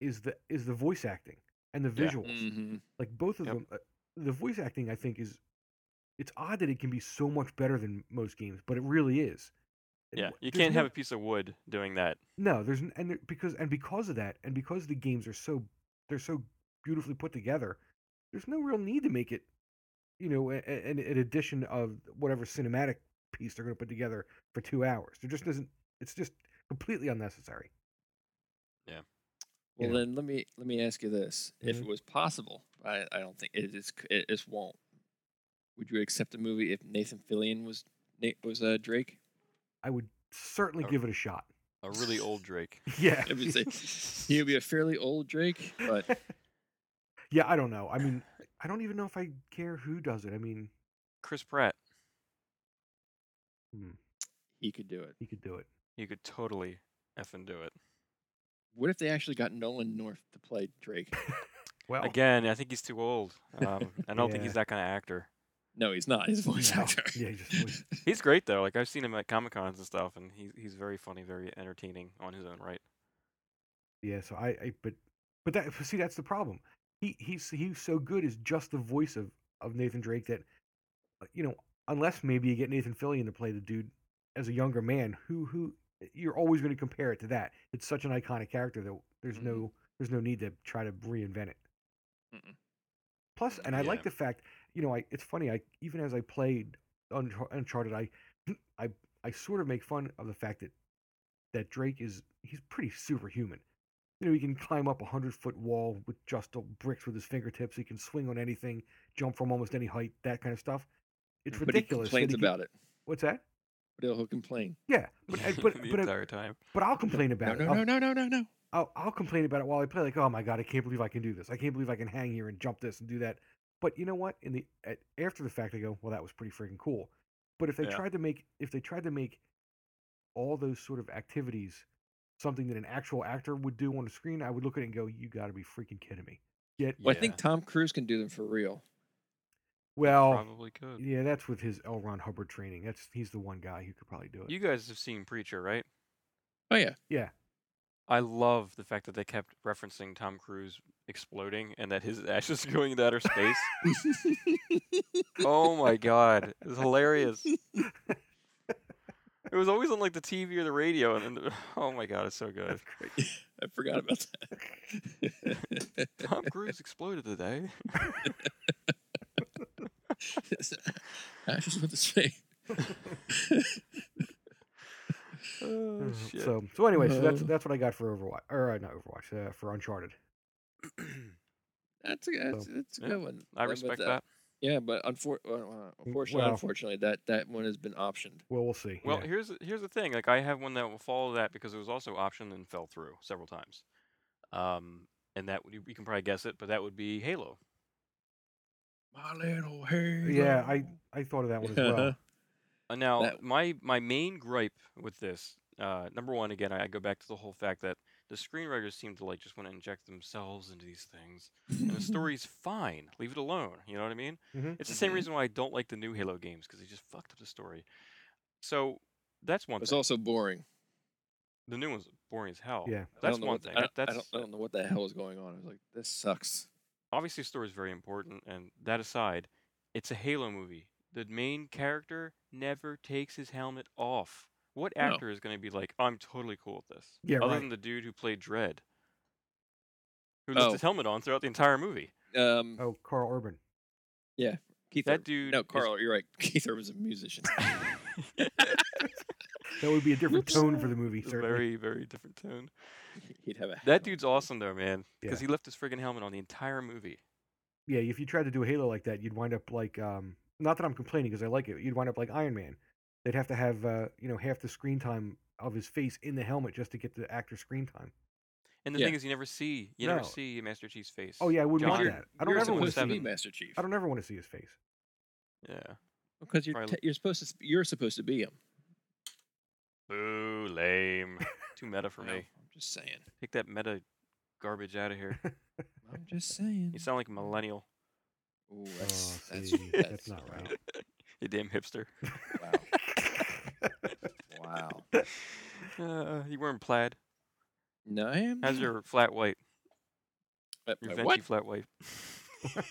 S3: is the is the voice acting and the
S2: Yeah. mm-hmm.
S3: visuals.
S1: Mhm.
S3: Like both of
S2: Yep.
S3: them, uh, the voice acting I think is it's odd that it can be so much better than most games, but it really is. It
S2: Yeah.
S3: w-
S2: You
S3: there's
S2: can't have
S3: no-
S2: a piece of wood doing that.
S3: no, there's n- and there, because and because of that, and because the games are so they're so beautifully put together, there's no real need to make it, you know, a- a- an, an addition of whatever cinematic piece they're going to put together for two hours. There just doesn't. It's just completely unnecessary.
S1: Well,
S3: Yeah.
S1: then let me let me ask you this: If
S3: Mhm.
S1: it was possible, I, I don't think it is. It just won't. Would you accept a movie if Nathan Fillion was Na- was uh, Drake? <laughs>
S3: I would certainly
S2: Or-
S3: give it a shot. <laughs>
S2: A really old Drake.
S3: Yeah.
S1: I
S3: <laughs>
S1: would Oh. say he would be a fairly old Drake, but
S3: yeah, I don't know. I mean, I don't even know if I care who does it. I mean,
S2: Chris Pratt.
S3: hmm,
S1: he could do it.
S3: he could do it.
S2: You could totally effing do it.
S1: What if they actually got Nolan North to play Drake? <laughs>
S3: Well,
S2: Again, I think he's too old. Um, I don't think
S3: Yeah.
S2: he's that kind of actor.
S1: No, he's not. He's a voice
S3: No.
S1: actor. <laughs>
S3: Yeah, he's just a voice-
S2: He's great though. Like I've seen him at comic cons and stuff, and he's he's very funny, very entertaining on his own right.
S3: Yeah, so I, I but but that see that's the problem. He he's he's so good is just the voice of of Nathan Drake that uh, you know unless maybe you get Nathan Fillion to play the dude as a younger man who who eh, you're always going to compare it to that. It's such an iconic character that there's
S1: Mhm.
S3: no there's no need to try to reinvent it.
S1: Mm-mm.
S3: Plus, and I like
S2: Yeah.
S3: the fact you know I it's funny I even as I played Unch- Uncharted I <clears throat> I I sort of make fun of the fact that that Drake is he's pretty superhuman. You know, he can climb up a hundred foot wall with just a- bricks with his fingertips. He can swing on anything, jump from almost any height, that kind of stuff. It's
S1: <laughs> But
S3: ridiculous.
S1: He
S3: that he
S1: complains
S3: can-
S1: about it.
S3: what's that?
S1: But he'll, he'll complain.
S3: Yeah, but
S1: <laughs>
S2: <laughs>
S3: I- but
S2: the
S3: but, I-
S2: entire time.
S3: but I'll complain
S1: No,
S3: about it. Oh.
S1: no,
S3: I'll,
S1: no, no, no, no, no.
S3: I'll, I'll complain about it while I play. Like, oh my god, I can't believe I can do this. I can't believe I can hang here and jump this and do that. But you know what? In the at, after the fact, I go, well, that was pretty freaking cool. But if they
S2: Yeah.
S3: tried to make if they tried to make all those sort of activities something that an actual actor would do on the screen, I would look at it and go, "You got to be freaking kidding me." Get
S1: Well, I think Tom Cruise can do them for real.
S3: well,
S2: probably could.
S3: yeah, that's with his L. Ron Hubbard training. That's he's the one guy who could probably do it.
S2: You guys have seen Preacher, right?
S1: Oh
S3: <laughs>
S1: yeah, <laughs>
S3: yeah,
S2: I love the fact that they kept referencing Tom Cruise exploding and that his <laughs> ashes going into outer space. oh my god, it's hilarious. It was always on like the TV or the <laughs> radio, and then, oh my god, it's
S3: <laughs>
S2: so good.
S1: I forgot about that. <laughs>
S2: Tom Cruise exploded
S3: <laughs>
S2: today.
S1: <laughs> I was just about to say.
S2: Oh,
S3: Uh,
S2: shit.
S3: So so anyway,
S2: <laughs>
S3: so that's
S1: Uh.
S3: that's what I got for Overwatch, or uh, not Overwatch, uh, for Uncharted.
S1: That's a, that's, that's a
S2: yeah,
S1: good one.
S2: I
S1: But- but
S2: respect
S1: the-
S2: that.
S1: Yeah, but unfor- uh, uh, unfortunately,
S3: Mm, well.
S1: unfortunately, that that one has been optioned.
S3: Well, we'll see.
S2: Well,
S3: yeah.
S2: here's the- here's the thing. Like I have one that will follow that because it was also optioned and fell through several times. Um, and that would- you, you can probably guess it, but that would be Halo.
S1: My little hair.
S3: yeah, I I thought of that one
S1: <laughs>
S3: as well.
S2: Uh, Now,
S1: That-
S2: my my main gripe with this, uh, number one, again, I I go back to the whole fact that the screenwriters seem to like just want to inject themselves into these things,
S1: <clears throat>
S2: and the story's fine. Leave it alone. You know what I mean?
S3: Mhm.
S2: It's the same
S1: Mhm.
S2: reason why I don't like the new Halo games because they just fucked up the story. So that's one.
S1: It's
S2: thing.
S1: also boring.
S2: the new one's boring as hell.
S3: Yeah.
S1: I
S2: that's
S1: don't know
S2: one
S1: what the-
S2: thing.
S1: I,
S2: That-
S1: don't- I
S2: that's
S1: don't, I don't know what the hell is going on. I was like, this sucks.
S2: obviously story is very important and that aside it's a halo movie the main character never takes his helmet off what
S1: No.
S2: actor is going to be like i'm totally cool with this
S3: Yeah,
S2: other
S3: right.
S2: than the dude who played dread who left
S1: Oh.
S2: his helmet on throughout the entire movie
S1: Um,
S3: Oh, Carl Urban.
S1: Keith.
S2: that
S1: Urban-
S2: dude
S1: No,
S2: is-
S1: Carl, you're right. <laughs> Keith Urban's a
S2: <laughs>
S1: musician. <laughs>
S3: That would be a different
S1: Whoops.
S3: tone for the movie.
S2: is
S3: Certainly.
S2: very very different tone
S1: He'd have a.
S2: that
S1: hat
S2: dude's awesome though man
S3: Yeah.
S2: because he left his friggin' helmet on the entire movie
S3: Yeah, if you tried to do Halo like that, you'd wind up like um. Not that I'm complaining because I like it. You'd wind up like Iron Man. They'd have to have uh, you know half the screen time of his face in the helmet just to get the actor screen time.
S2: and the
S1: Yeah.
S2: thing is you never see you
S3: No.
S2: never see master chief's face
S3: Oh yeah, I wouldn't want
S2: John,
S3: that. I don't
S1: you're
S3: ever want to
S1: supposed to
S3: see.
S1: be
S2: seven.
S1: Master Chief.
S3: I don't ever want to see his face.
S2: yeah
S1: Because you're
S2: Probably-
S1: te- you're supposed to s- you're supposed to be him.
S2: boo lame too meta
S3: <laughs>
S2: for
S1: Well,
S2: me
S1: I'm just saying.
S2: Take that meta garbage out of here.
S1: I'm just saying.
S2: You sound like a millennial.
S1: Ooh, that's, <laughs>
S3: Oh,
S1: that's,
S3: see,
S1: that's,
S3: that's not
S1: <laughs>
S3: right.
S2: you damn hipster.
S1: Wow. wow.
S2: <laughs> Uh, you wearing plaid.
S1: No, I am. <laughs>
S2: How's
S1: not.
S2: your flat white?
S1: Uh,
S2: Your
S1: my
S2: veggie
S1: what?
S2: flat white.
S1: You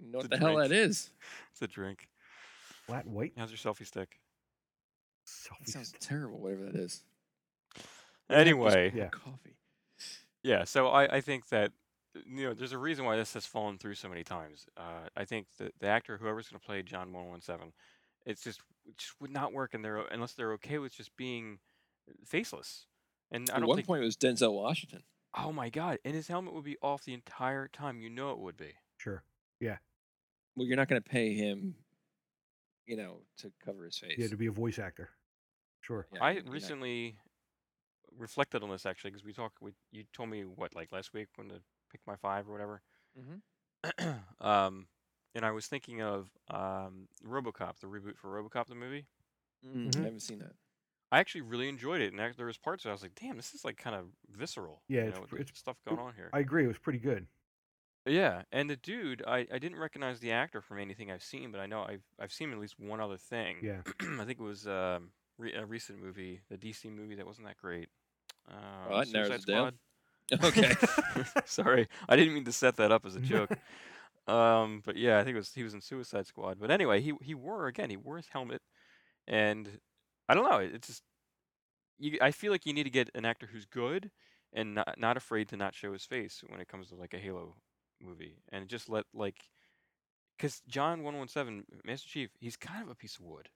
S1: know what
S2: It's
S1: the
S2: a
S1: hell that
S2: drink.
S1: is?
S2: it's a drink.
S3: Flat white.
S2: How's your selfie stick?
S1: That sounds
S3: Selfie.
S1: terrible. Whatever that is.
S2: Anyway, yeah.
S3: Yeah.
S1: Coffee.
S2: so I, I think that you know there's a reason why this has fallen through so many times. Uh, I think that the actor, whoever's going to play John 117, it's just it just would not work, and they're o- unless they're okay with just being faceless. And I
S1: At
S2: don't
S1: one
S2: think.
S1: point, it was Denzel Washington.
S2: Oh my God! And his helmet would be off the entire time. You know it would be.
S3: Sure.
S1: Well, you're not going to pay him, you know, to cover his face.
S3: Yeah, to be a voice actor. Sure.
S1: Yeah,
S2: I
S1: you're not-
S2: recently reflected on this actually because we talked. We, you told me what like last week when to pick my five or whatever.
S1: Mhm.
S2: <clears throat>
S3: Mm-hmm.
S2: um, and I was thinking of um, RoboCop, the reboot for RoboCop, the movie.
S1: Mm,
S3: Mhm.
S1: I haven't seen that.
S2: <laughs> I actually really enjoyed it, and act- there was parts where I was like, "Damn, this is like kind of visceral."
S3: Yeah,
S2: you
S3: it's
S2: know, with
S3: pr-
S2: the
S3: it's-
S2: stuff going on here.
S3: I agree. It was pretty good.
S2: Yeah, and the dude, I, I didn't recognize the actor from anything I've seen, but I know I've I've seen at least one other thing.
S3: Yeah.
S2: <clears throat> I think it was um, re- a recent movie, the DC movie that wasn't that great. Uh,
S1: Well, that narrows
S2: Suicide
S1: it down.
S2: Squad.
S1: <laughs> Okay.
S2: <laughs> Sorry, I didn't mean to set that up as
S1: <laughs>
S2: a joke. um, but yeah, I think it was he was in Suicide Squad. But anyway, he he wore again. He wore his helmet, and I don't know. It's just you. I feel like you need to get an actor who's good and not not afraid to not show his face when it comes to like a Halo movie, and just let like. Because John one one seven Master Chief, he's kind of a piece of wood.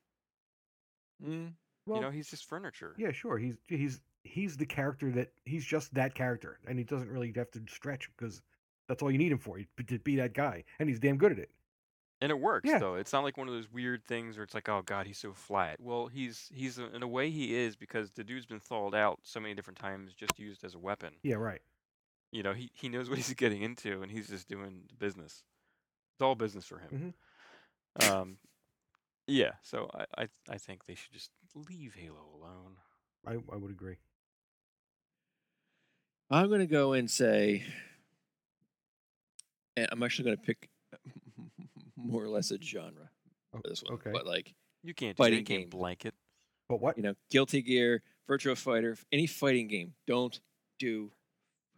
S1: Mm,
S3: Well,
S2: you know, he's just furniture.
S3: yeah, sure. He's he's he's the character that he's just that character, and he doesn't really have to stretch because that's all you need him for he- to be that guy, and he's damn good at it.
S2: And it works
S3: Yeah.
S2: though. It's not like one of those weird things where it's like, oh god, he's so flat. Well, he's he's uh, in a way he is because the dude's been thawed out so many different times, just used as a weapon.
S3: Yeah, right.
S2: You know, he he knows what he's <laughs> getting into, and he's just doing the business. It's all business for him.
S3: Mm-hmm.
S2: Um, yeah. So I, I I think they should just leave Halo alone.
S3: I I would agree.
S1: I'm going to go and say, and I'm actually going to pick <laughs> more or less a genre
S3: Oh,
S1: for this one.
S3: okay.
S1: But like,
S2: You can't just
S1: Fighting
S2: you can't
S1: game.
S2: blanket.
S3: But what?
S1: you know, Guilty Gear, Virtua Fighter, any fighting game, don't do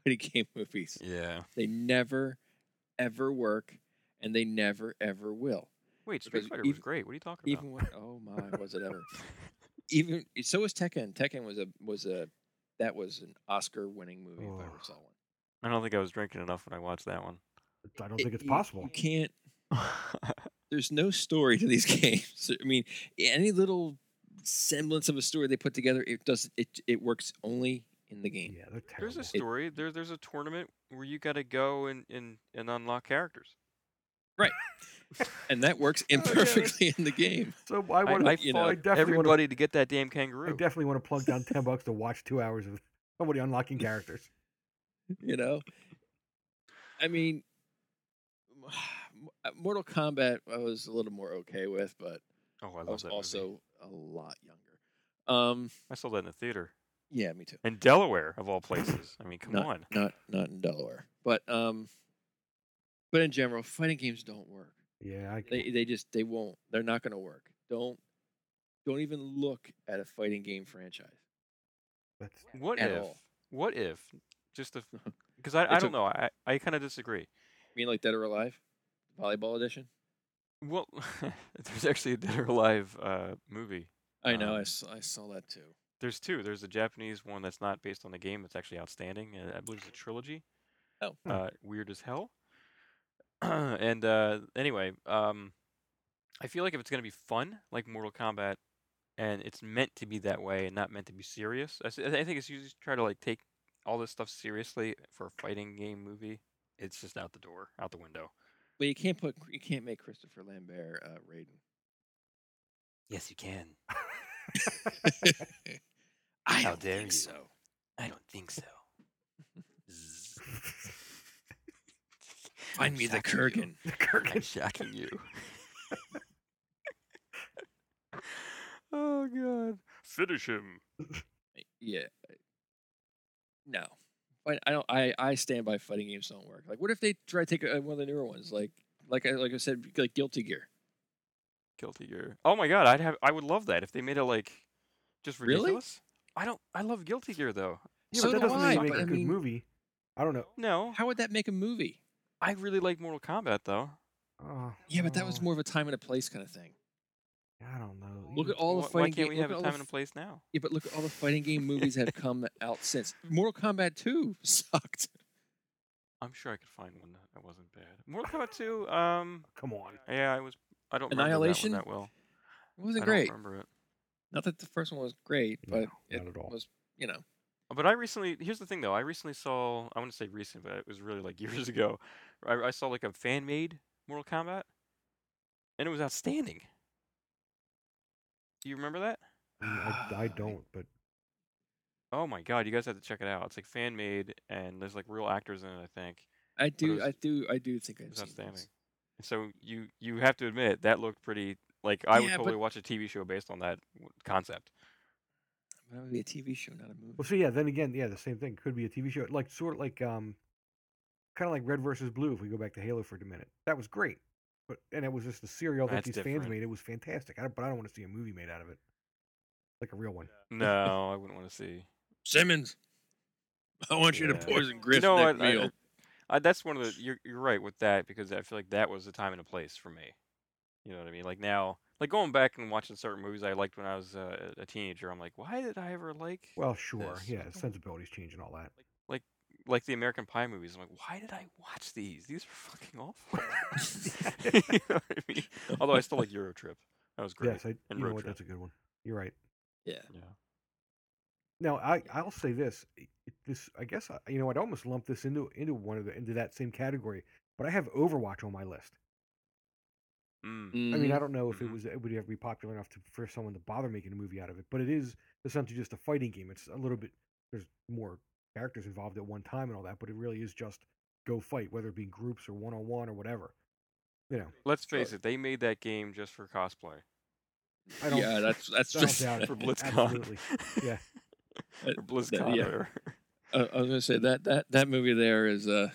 S1: fighting <laughs> game movies.
S2: Yeah.
S1: They never, ever work, and they never, ever will.
S2: Wait,
S1: Because
S2: Street Fighter was
S1: even-
S2: great. What are you talking about?
S1: Even when, oh my, was it ever? Even so was Tekken. Tekken was a was a that was an Oscar-winning movie if I ever
S3: Oh.
S1: saw one.
S2: I don't think I was drinking enough when I watched that
S1: <laughs>
S2: one.
S3: I don't
S1: It-
S3: think it's
S1: you-
S3: possible.
S1: You can't there's no story to these <laughs> games. I mean, any little semblance of a story they put together, it does it it works only in the game.
S3: Yeah, they're
S2: there's
S3: terrible.
S2: a story. There, there's a tournament where you got to go and, and, and unlock characters.
S1: And that works
S3: yeah,
S1: imperfectly in the game.
S3: So I
S2: I,
S3: want
S2: I
S3: to.
S1: you know,
S2: fought
S3: I definitely wanna-
S2: everybody to get that damn
S3: I
S2: kangaroo.
S3: definitely want to plug down ten bucks to watch two hours of somebody
S1: <laughs>
S3: unlocking characters.
S1: You know? I mean <sighs> uh, Mortal Kombat I was a little more okay with, but
S2: oh, I
S1: I
S2: love
S1: was
S2: that.
S1: also
S2: movie.
S1: a lot younger. Um
S2: I saw that in the theater
S1: yeah, me too.
S2: in Delaware of all places. I mean, come
S1: not,
S2: on.
S1: Not not in Delaware. But um but in general, fighting games don't work.
S3: Yeah, I,
S1: They they just they won't. They're not going to work. Don't don't even look at a fighting game franchise.
S3: that's
S2: What
S1: at
S2: if?
S1: all.
S2: What if? Just
S1: <laughs>
S2: the because I, I
S1: It's a-
S2: don't know. I I kind of disagree.
S1: You mean like Dead or Alive, volleyball edition?
S2: Well, <laughs> there's actually a Dead or Alive uh, movie.
S1: I know. I,
S2: Um,
S1: s- I saw that too.
S2: There's two. There's a Japanese one that's not based on the game. That's actually outstanding. uh, I believe it's a trilogy.
S1: Oh.
S3: Hmm.
S2: Uh, weird as hell. <clears throat> and uh, anyway, um, I feel like if it's gonna be fun, like Mortal Kombat, and it's meant to be that way and not meant to be serious, I, s- I think it's usually try to like take all this stuff seriously for a fighting game movie. It's just out the door, out the window.
S1: But you can't put you can't make Christopher Lambert uh, Raiden.
S2: Yes, you can.
S3: <laughs>
S2: <laughs>
S1: I
S2: How
S1: don't
S2: dare
S1: think
S2: you.
S1: so.
S2: I don't think <laughs> so.
S1: Find me the Kurgan. <laughs>
S2: I'm shocking you. oh god. Finish him.
S1: Yeah. No. I, I don't. I, I stand by fighting games don't work. Like, what if they try to take uh, one of the newer ones? Like, like I like I said, like Guilty Gear.
S2: Guilty Gear. Oh my god, I'd have I would love that if they made it like just
S1: Really?
S2: ridiculous. I don't I love Guilty Gear though.
S3: Yeah,
S1: So
S3: but that
S1: do
S3: doesn't
S1: I,
S3: mean make
S1: but
S3: a
S1: I
S3: good
S1: mean-
S3: movie. I don't know.
S2: No.
S1: How would that make a movie?
S2: I really like Mortal Kombat though.
S3: Oh,
S1: Yeah, but that was
S3: no,
S1: more of a time and a place kind of thing.
S3: I don't know.
S1: Look
S3: You-
S1: at all the
S2: Wh-
S1: fighting.
S2: Why can't
S1: ga-
S2: we
S1: look
S2: have
S1: at
S2: a
S1: all the
S2: time and a
S1: f-
S2: place now?
S1: Yeah, but look at all the fighting game movies that have come out since. Mortal Kombat 2 <laughs> sucked.
S2: I'm sure I could find one that- that wasn't bad. Mortal Kombat 2, um
S3: Come on.
S2: yeah, I was I don't remember that,
S1: Annihilation?
S2: one that well.
S1: It wasn't
S2: I
S1: great.
S2: don't remember it.
S1: Not that the first one was great,
S3: No,
S1: but
S3: not
S1: it
S3: at all.
S1: was, you know.
S2: But I recently, here's the thing though. I recently saw, I want to say recent, but it was really like <laughs> years ago. I, I saw like a fan made Mortal Kombat, and it was outstanding. Do you remember that?
S3: I,
S1: <sighs>
S3: I don't, but
S2: Oh my god, you guys have to check it out. It's like fan made, and there's like real actors in it, I think.
S1: I do,
S2: was-
S1: I do, I do think
S2: It
S1: I've
S2: was
S1: seen
S2: outstanding.
S1: those.
S2: And so you you have to admit that looked pretty. Like I would
S1: Yeah, but-
S2: totally watch a TV show based on that w-
S1: <laughs>
S2: concept.
S1: But that would be a TV show, not a movie.
S3: well, so yeah. Then again, yeah, the same thing could be a TV show, like sort of like um, kind of like Red versus Blue. If we go back to Halo for a minute, that was great, but and it was just a serial that
S2: That's
S3: these
S2: different.
S3: fans made. It was fantastic. I don't, but I don't want to see a movie made out of it, like a real one.
S2: No, I wouldn't want to see.
S1: Simmons, I want you
S2: Yeah.
S1: to poison Griff
S2: you know
S1: next
S2: what? I-
S1: meal.
S2: I, that's one of the you're you're right with that because I feel like that was the time and a place for me. You know what I mean? Like now, like going back and watching certain movies I liked when I was uh, a teenager, I'm like, why did I ever like
S3: Well, sure,
S2: This-
S3: yeah, sensibilities change and all that.
S2: like the American Pie movies? I'm like, why did I watch these? These are fucking
S3: <laughs>
S2: awful. <laughs> you know what I mean? Although I still like Euro Trip. That was great.
S3: Yes, I, you
S2: And
S3: know
S2: Road
S3: what?
S2: Trip.
S3: That's a good one. You're right.
S1: Yeah.
S2: Yeah.
S3: Now, I I'll say this. i- i- This I guess I, you know I'd almost lump this into into one of the into that same category. But I have Overwatch on my list.
S2: Mm.
S3: I
S1: Mm-hmm.
S3: mean, I don't know if it
S2: Mhm.
S3: was it would ever be popular enough to, for someone to bother making a movie out of it. But it is essentially just a fighting game. It's a little bit there's more characters involved at one time and all that. But it really is just go fight, whether it be in groups or one on one or whatever. You know,
S2: Let's face
S1: Sure.
S2: it, they made that game just for cosplay.
S3: I don't-
S1: yeah, that's that's
S3: <laughs> I don't
S1: just
S3: doubt it.
S2: <laughs> For BlizzCon.
S3: Absolutely. Yeah.
S2: for BlizzCon.
S1: yeah.
S2: or-
S1: Uh, I was gonna say that that that movie there is uh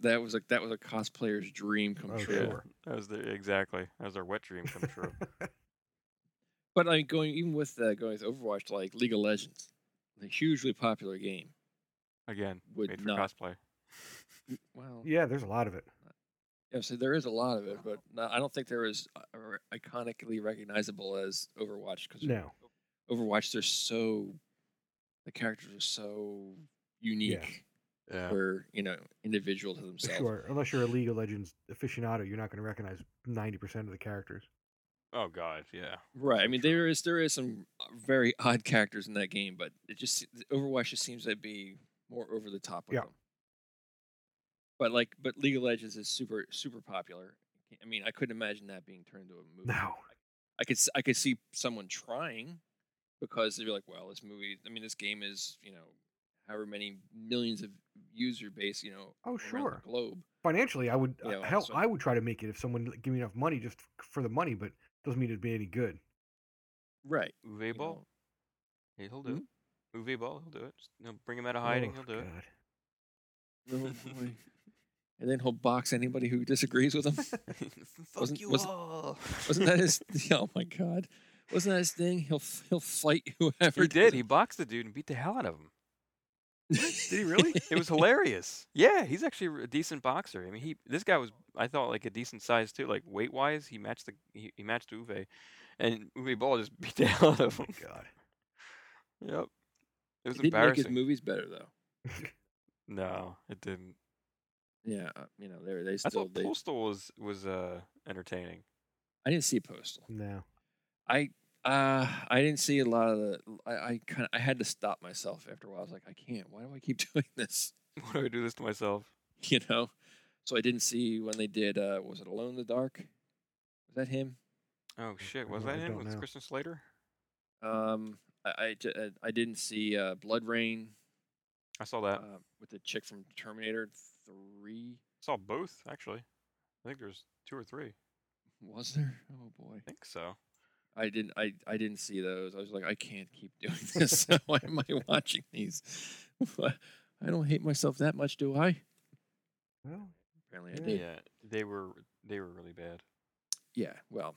S1: that was like that was a cosplayer's dream come
S3: Oh,
S1: true.
S3: sure.
S2: That was the exactly. That was our wet dream
S1: <laughs>
S2: come true.
S1: But like going even with uh, going with Overwatch, like League of Legends, a hugely popular game,
S2: Again,
S1: would
S2: made for
S1: not.
S2: cosplay.
S1: Well, yeah.
S3: Yeah, there's a lot of it.
S1: So there is a lot of it, but not, I don't think they're as uh, or iconically recognizable as Overwatch because
S3: No.
S1: Overwatch they're so the characters are so unique.
S2: Yeah.
S1: Where you know individual to
S3: For
S1: themselves.
S3: sure. Unless you're a League of Legends aficionado, you're not going to recognize 90% of the characters.
S2: Oh God, yeah.
S1: Right. I
S2: For
S1: mean,
S2: sure.
S1: there is there is some uh, very odd characters in that game, but it just se- Overwatch just seems to be more over the top with
S3: Yeah.
S1: them. But like, but League of Legends is super super popular. I mean, I couldn't imagine that being turned into a movie.
S3: No.
S1: I could s- I could see someone trying because they're like, well, this movie. I mean, this game is you know however many millions of user base you know
S3: Oh,
S1: around
S3: sure.
S1: the globe.
S3: Financially, I would, uh,
S1: Yeah, well,
S3: hell,
S1: so-
S3: I would try to make it if someone l- give me enough money just f- for the money, but doesn't mean it'd be any good.
S1: Right. you
S2: Uwe Ball,
S1: know.
S3: Oh,
S1: Hmm?
S2: yeah, he'll do it. Uwe Ball, he'll do it. Just, you know, bring him out of
S3: Oh,
S2: hiding, he'll do it.
S3: God.
S1: Oh, boy. <laughs> and then he'll box anybody who disagrees with him.
S2: <laughs> Fuck
S1: Wasn't-
S2: you
S1: wasn't-
S2: all.
S1: Wasn't that his? <laughs> Oh my god! Wasn't that his thing? He'll he'll fight <laughs> whoever.
S2: <laughs> he did. He
S1: doesn't-
S2: <laughs> boxed the dude and beat the hell out of him.
S3: Did
S1: <laughs>
S3: he really?
S2: <laughs> It was hilarious. Yeah, he's actually a decent boxer. I mean, he this guy was I thought like a decent size too. Like weight wise, he matched the he, he matched Uwe, and Uwe Ball just <laughs> beat the hell out of him.
S3: Oh, God.
S2: Yep, it was
S1: It did make his
S2: embarrassing.
S1: movies better though.
S2: No, it didn't.
S1: Yeah, uh, you know they they
S2: I
S1: still.
S2: thought
S1: They,
S2: Postal was was uh entertaining. <laughs>
S1: I didn't see Postal.
S3: no.
S1: I uh I didn't see a lot of the. I, I kind of I had to stop myself after a while. I was like, I can't. Why do I keep <laughs> doing this?
S2: Why do I do this to myself?
S1: You know. So I didn't see when they did. uh Was it Alone in the Dark? Was that him?
S2: Oh shit,
S3: I
S2: was that
S3: really
S2: him?
S3: don't
S2: Was
S3: know.
S2: Christian Slater?
S1: Um, I I, j- uh, I didn't see uh, Blood Rain
S2: I saw that.
S1: uh, with the chick from Terminator Three.
S2: saw both actually. I think there's two or three. I
S1: Was there? Oh boy.
S2: think so.
S1: I didn't I, I didn't see those. I was like, I can't keep <laughs> doing this. Why am I watching these? I don't hate myself that much, do I?
S3: Well,
S1: Apparently I
S3: Yeah.
S1: did.
S2: Yeah, they were they were really bad.
S1: Yeah, well.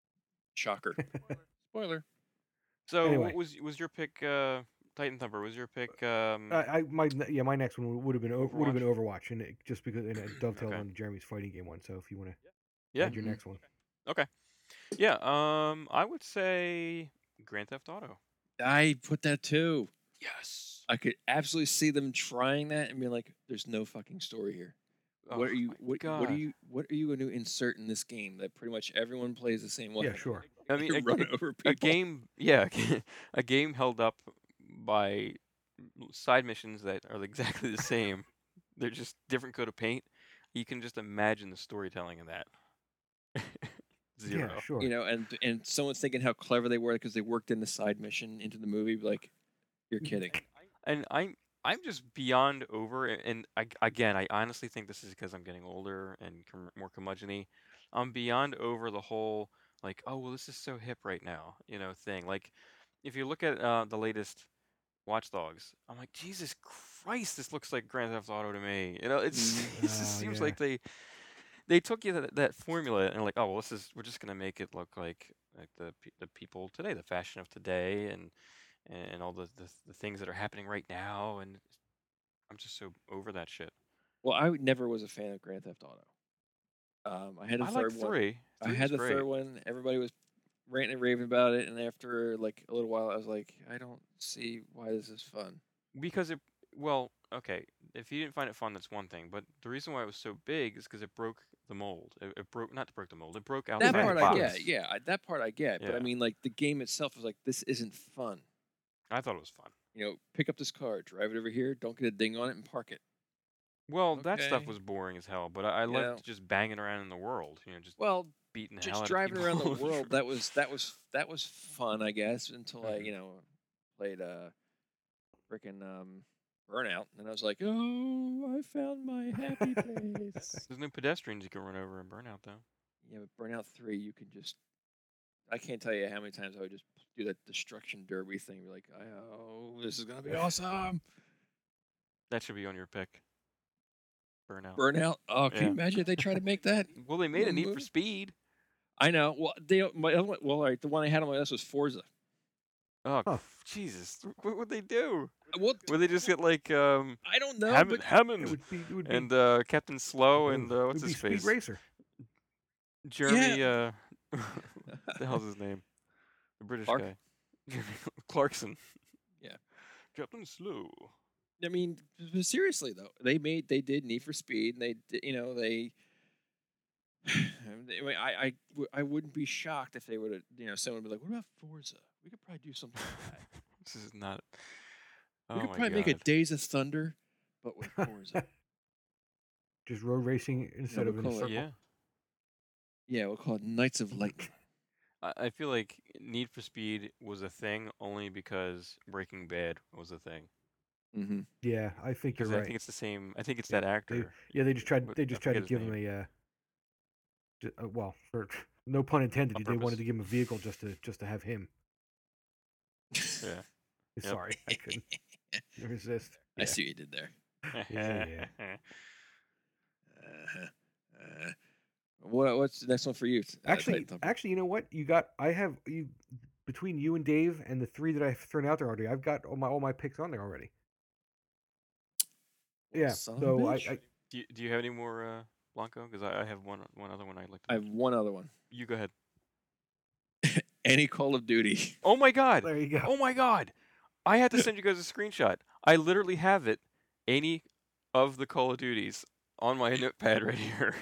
S2: <laughs>
S1: Shocker. Spoiler.
S2: So
S3: Anyway.
S2: what was was your pick? Uh, Titan Thumper was your pick. Um,
S3: I, I my ne- yeah, my next one would have been would have been Overwatch, and it, just because
S2: <clears throat>
S3: and it dovetailed
S2: Okay.
S3: on Jeremy's fighting game one. So if you want to,
S2: yeah,
S3: your
S1: Mhm.
S3: next one.
S2: yeah. Um, I would say Grand Theft Auto.
S1: I put that too.
S2: Yes.
S1: I could absolutely see them trying that and being like, there's no fucking story here.
S2: Oh
S1: what are you what, what are you what are you going to insert in this game that pretty much everyone plays the same way?
S3: Yeah, sure.
S1: <laughs>
S2: I <laughs> mean,
S1: You
S2: a,
S1: run
S2: a-
S1: over people.
S2: a game. Yeah, <laughs> a game held up by l- side missions that are <laughs> exactly the same. They're just different coat of paint. You can just imagine the storytelling in that. Zero.
S3: Yeah, sure.
S1: you know, and and someone's thinking how clever they were because they worked in the side mission into the movie. Like, you're
S2: Mm-hmm.
S1: kidding.
S2: and I'm I'm just beyond over. a- And I, again, I honestly think this is because I'm getting older and com- more curmudgeony. I'm beyond over the whole like, oh well, this is so hip right now, you know, thing. Like, if you look at uh, the latest Watch Dogs, I'm like, Jesus Christ, this looks like Grand Theft Auto to me. You know, it's
S1: Mm.
S2: <laughs> it just
S3: Oh,
S2: seems
S3: yeah.
S2: like they they took you that, that formula and like, oh well, this is we're just gonna make it look like like the pe- the people today, the fashion of today, and and all the, the the things that are happening right now. And I'm just so over that shit.
S1: Well, I would- never was a fan of Grand Theft Auto. Um, I had the
S2: I like
S1: third one.
S2: three.
S1: I
S2: Three
S1: had
S2: was
S1: the
S2: great.
S1: third one. Everybody was ranting and raving about it, and after like a little while, I was like, I don't see why this is fun.
S2: because it well okay if you didn't find it fun that's one thing but the reason why it was so big is because it broke the mold it, it broke not broke the mold it broke out
S1: That
S3: Outside the
S1: part
S2: box.
S1: I get. Yeah, I- that part I get. But
S2: Yeah.
S1: I mean, like the game itself was like, this isn't fun.
S2: i thought it was fun
S1: You know, pick up this car, drive it over here, don't get a ding on it, and park it.
S2: well that stuff
S1: Okay.
S2: was boring as hell but i, I
S1: You
S2: loved
S1: know.
S2: just banging around in the world you know just
S1: Well,
S2: beating the hell
S1: just
S2: out
S1: driving
S2: of <laughs>
S1: around the
S2: people.
S1: world that was that was that was fun i guess until i
S2: Mhm.
S1: you know played uh freaking um burnout and i was like oh i found my happy
S2: <laughs>
S1: place
S2: <laughs> there's no pedestrians you can run over and burn out though
S1: yeah but burnout 3 you can just i can't tell you how many times i
S2: <laughs>
S1: would just do that destruction derby thing be like oh this is gonna be awesome
S2: That should be on your pick. Burnout.
S1: Burnout. Oh, can
S2: Yeah.
S1: you imagine if they try to make
S2: <laughs>
S1: that?
S2: well, they made a
S1: What
S2: Need for
S1: movie?
S2: Speed.
S1: I know. Well, they don't- my other one, well, all right. The one I had on my list was Forza.
S2: Oh,
S3: Huh.
S2: f- Jesus! What would they do?
S1: Well,
S2: Would they
S1: <laughs>
S2: just get like um,
S1: I don't know.
S2: Hammond,
S1: but
S3: It
S2: Hammond
S3: would be. It would be.
S2: and uh, Captain Slow
S3: it
S2: and
S3: would-
S2: uh,
S3: it
S2: what's
S3: would be
S2: his face?
S3: Speed Racer.
S2: Jeremy. Uh, <laughs>
S1: <laughs>
S2: what the hell's his name? The British
S1: Clark?
S2: guy. <laughs> Jeremy Clarkson.
S1: Yeah.
S2: Captain Slow.
S1: I mean, but seriously though, they made they did Need for Speed, and they di- you know they. <sighs> I, mean, I I w- I wouldn't be shocked if they would have you know someone would be like, what about Forza? We could probably do something like that.
S3: <laughs>
S2: this is not.
S1: we
S2: oh
S1: could
S2: my
S1: probably make a
S2: God.
S1: Days of Thunder, but
S3: <laughs>
S1: with Forza.
S3: Just road racing instead
S1: we
S3: of in a
S1: call it-
S3: circle.
S2: Yeah.
S1: yeah, we'll call it Knights of Lightning.
S2: I I feel like Need for Speed was a thing only because Breaking Bad was a thing.
S1: Mm-hmm.
S3: Yeah, I think you're
S2: Because I
S3: right.
S2: think it's the same. I think it's
S3: Yeah,
S2: that
S3: they,
S2: actor.
S3: yeah, they just tried.
S2: What-
S3: They
S2: I
S3: just tried to
S2: forget his
S3: give him a. Uh, ju- uh, well, for, <laughs> no pun intended.
S2: On
S3: They wanted
S2: purpose.
S3: to give him a vehicle just to just to have him.
S2: Yeah. Yep.
S3: Sorry,
S1: <laughs>
S2: <laughs>
S3: I couldn't resist.
S1: I
S3: Yeah.
S1: see what you did there.
S3: <laughs> Yeah,
S1: Uh-huh. Uh, what what's the next one for you? t- uh,
S3: Actually,
S1: Titan Thumper?
S3: actually, you know what? You got. I have you between you and Dave and the three that I've thrown out there already. I've got all my all my picks on there already.
S1: Well,
S3: yeah.
S1: son of a
S3: So I,
S1: bitch.
S3: I
S2: <laughs> Do you, do you have any more, uh, Blanco? Because I, I have one one other one I'd like to.
S1: I have one other one.
S2: You go ahead.
S1: Any Call of Duty. <laughs>
S2: Oh my God!
S3: <laughs> there you go.
S2: Oh my God! I had to send you guys a screenshot. I literally have it. Any of the Call of Duties on my notepad right here.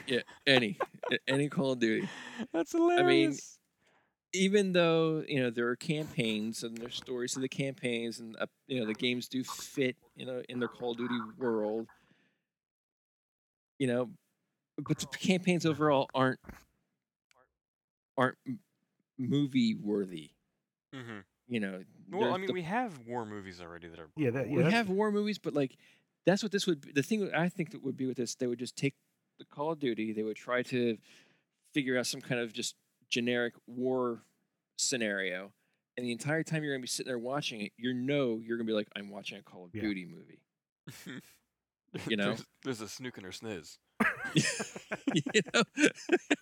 S1: Any. a- any Call of Duty.
S2: <laughs> That's hilarious.
S1: Even though, you know, there are campaigns and there's stories to the campaigns and, uh, you know, the games do fit, you know, in their Call of Duty world, you know, but the campaigns overall aren't aren't m- movie worthy.
S2: hmm
S1: You know,
S2: Well, I
S1: There's
S2: mean,
S1: the
S2: we have war movies already that are.
S3: Yeah, that, yeah.
S1: we
S3: that's-
S1: have war movies, but like that's what this would be. The thing that I think that would be with this, they would just take the Call of Duty, they would try to figure out some kind of just generic war scenario. And the entire time you're gonna be sitting there watching it, you know you're gonna be like, I'm watching a Call of
S3: Yeah.
S1: Duty movie. <laughs>
S2: <laughs>
S1: You know?
S2: there's, there's a snook in her sniz.
S1: you know? <laughs>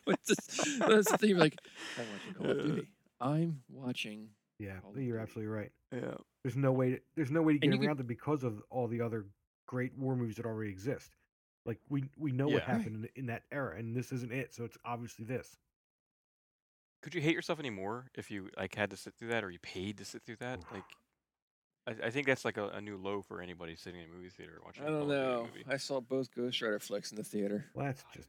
S1: It's just- that's the thing, like, I'm watching Call of Duty. I'm watching
S3: yeah,
S1: Call of
S3: you're
S1: Duty.
S3: absolutely right.
S2: Yeah.
S3: There's no way. To, there's no way to
S1: And
S3: get
S1: you could-
S3: around it because of all the other great war movies that already exist. Like we we know what
S2: Yeah. Right.
S3: happened in, in that era, and this isn't it. So it's obviously this.
S2: Could you hate yourself anymore if you like had to sit through that, or you paid to sit through that?
S3: Oof.
S2: Like, I, I think that's like a, a new low for anybody sitting in a movie theater watching.
S1: I
S2: a Call
S1: don't
S2: of Duty
S1: know.
S2: movie.
S1: I saw both Ghost Rider flicks in the theater.
S3: Well, that's just.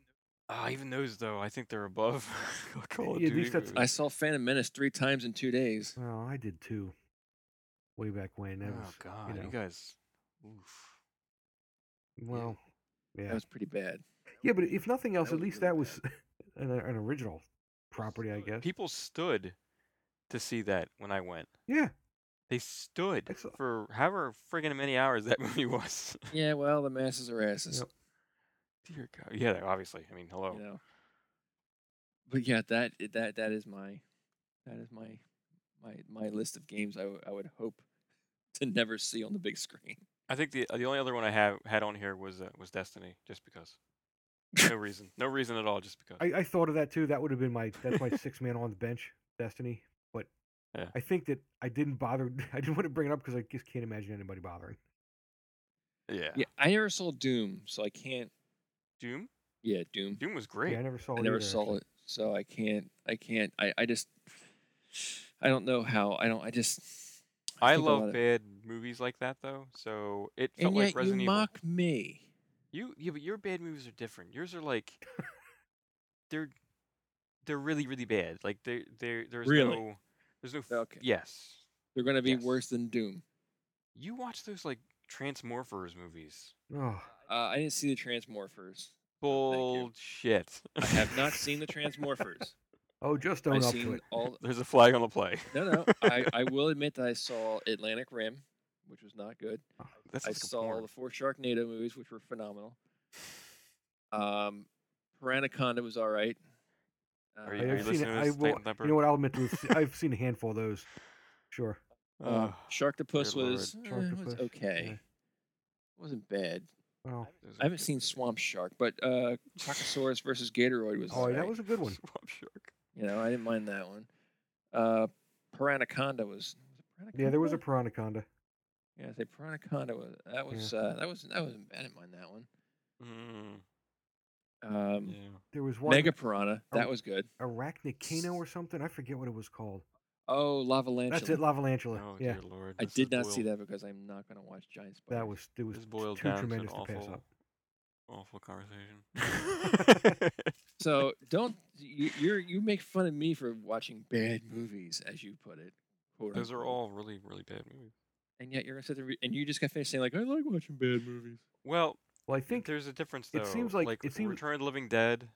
S2: Ah, even those though, I think they're above <laughs> Call of
S3: Yeah, at
S2: Duty.
S3: least that's-
S1: I
S3: <laughs>
S2: movies.
S1: saw Phantom Menace three times in two days.
S3: Oh, I did too. Way back when that
S2: oh
S3: was.
S2: God,
S3: you
S2: you,
S3: know,
S2: guys. Oof.
S3: well, yeah,
S1: That was pretty bad.
S3: yeah, but if nothing else,
S1: that
S3: at
S1: was
S3: least
S1: really
S3: that was <laughs> an, an original property, I guess.
S2: People stood to see that when I went.
S3: Yeah,
S2: They stood
S3: It's a-
S2: for however friggin' many hours that <laughs> movie was.
S1: Yeah, well, the masses are asses,
S3: Yep.
S2: Dear God. Yeah, obviously. I mean, hello.
S1: you know. But yeah, that that that is my that is my my my list of games I, w- I would hope <laughs> to never see on the big screen.
S2: I think the the only other one I have had on here was uh, was Destiny, just because.
S1: <laughs>
S2: No reason. No reason at all, just because.
S3: I, I thought of that too. That would have been my that's my six man on the bench destiny. But
S2: <laughs> Yeah.
S3: I think that I didn't bother. <laughs> I didn't want to bring it up because I just can't imagine anybody bothering.
S2: yeah.
S1: Yeah, I never saw Doom, so I can't.
S2: Doom.
S1: Yeah, Doom.
S2: Doom was great.
S3: Yeah, I never saw.
S1: I
S3: it
S1: never
S3: either,
S1: saw
S3: actually.
S1: it, so I can't. I can't. I I just. I don't know how. I don't. I just.
S2: I
S1: think a lot
S2: love
S1: of-
S2: bad movies like that though. So it felt
S1: And yet
S2: like Resident
S1: you
S2: Evil.
S1: mock me.
S2: You yeah, but your bad movies are different. Yours are like they're they're really really bad. Like they they there's
S1: Really?
S2: no there's no f-
S1: Okay.
S2: yes.
S1: They're gonna be
S2: Yes.
S1: worse than Doom.
S2: You watch those like Transmorphers movies.
S3: Oh,
S1: Uh, I didn't see the Transmorphers. you.
S2: Bullshit.
S1: I have
S2: <laughs>
S1: not seen the Transmorphers.
S3: oh, just own
S1: I've
S3: up
S1: seen
S3: to it.
S1: all.
S2: There's a flag on the play. <laughs>
S1: No, no. I, I will admit that I saw Atlantic Rim, which was not good.
S2: That's
S1: I
S2: like a
S1: saw
S2: porn.
S1: the four Sharknado movies, which were phenomenal. Um, Piranaconda was all right. Uh,
S2: Are
S3: I
S2: you,
S3: have
S2: are you
S3: seen
S2: listening
S3: it.
S2: to
S3: I
S2: this?
S3: will-
S2: Titan Leopard?
S3: You know what? I'll
S2: <laughs>
S3: admit to. it, I've seen a handful of those. Sure.
S1: um,
S2: Ugh.
S1: Sharktopus
S2: Dear
S1: was, eh,
S3: Sharktopus,
S1: was okay. wasn't bad.
S3: Well,
S2: There's
S1: I
S2: a
S1: haven't
S2: good
S1: seen
S2: movie.
S1: Swamp Shark, but uh, Crocosaurus versus Gatoroid was.
S3: oh, that
S1: alright.
S3: was a good
S2: <laughs>
S3: one.
S2: Swamp Shark.
S1: You know, I didn't mind that one. Uh, Piranaconda was. was it
S3: Yeah, there was
S1: Piranaconda?
S3: a Piranaconda.
S1: Yeah, I say Piranaconda was that was uh, that was that was I didn't mind that one.
S2: Mm,
S1: Um,
S2: yeah.
S3: There was one
S1: Mega Piranha, that was good.
S3: Arachnocano or something. I forget what it was called.
S1: Oh, Lavalantula.
S3: That's it, Lavalantula.
S2: Oh
S3: yeah,
S2: dear lord.
S1: I
S2: this is
S1: did not see
S2: boiled-
S1: that because I'm not going to watch Giant Spider.
S2: <laughs>
S3: that was it was
S2: This
S3: t-
S2: boiled
S3: too
S2: down to an
S3: tremendous to pass
S2: awful,
S3: up.
S2: awful
S1: <laughs>
S2: conversation.
S1: so. Don't you you're, you make fun of me for watching bad movies, as you put it. quote
S2: <laughs> Those are
S1: unquote.
S2: all really, really bad movies.
S1: and yet you're gonna sit there re- and you just got finished saying like I like watching bad movies.
S2: Well,
S3: Well, I
S2: I think
S3: think
S2: there's a difference though.
S3: it seems like- it seems-
S2: Return of the Living Dead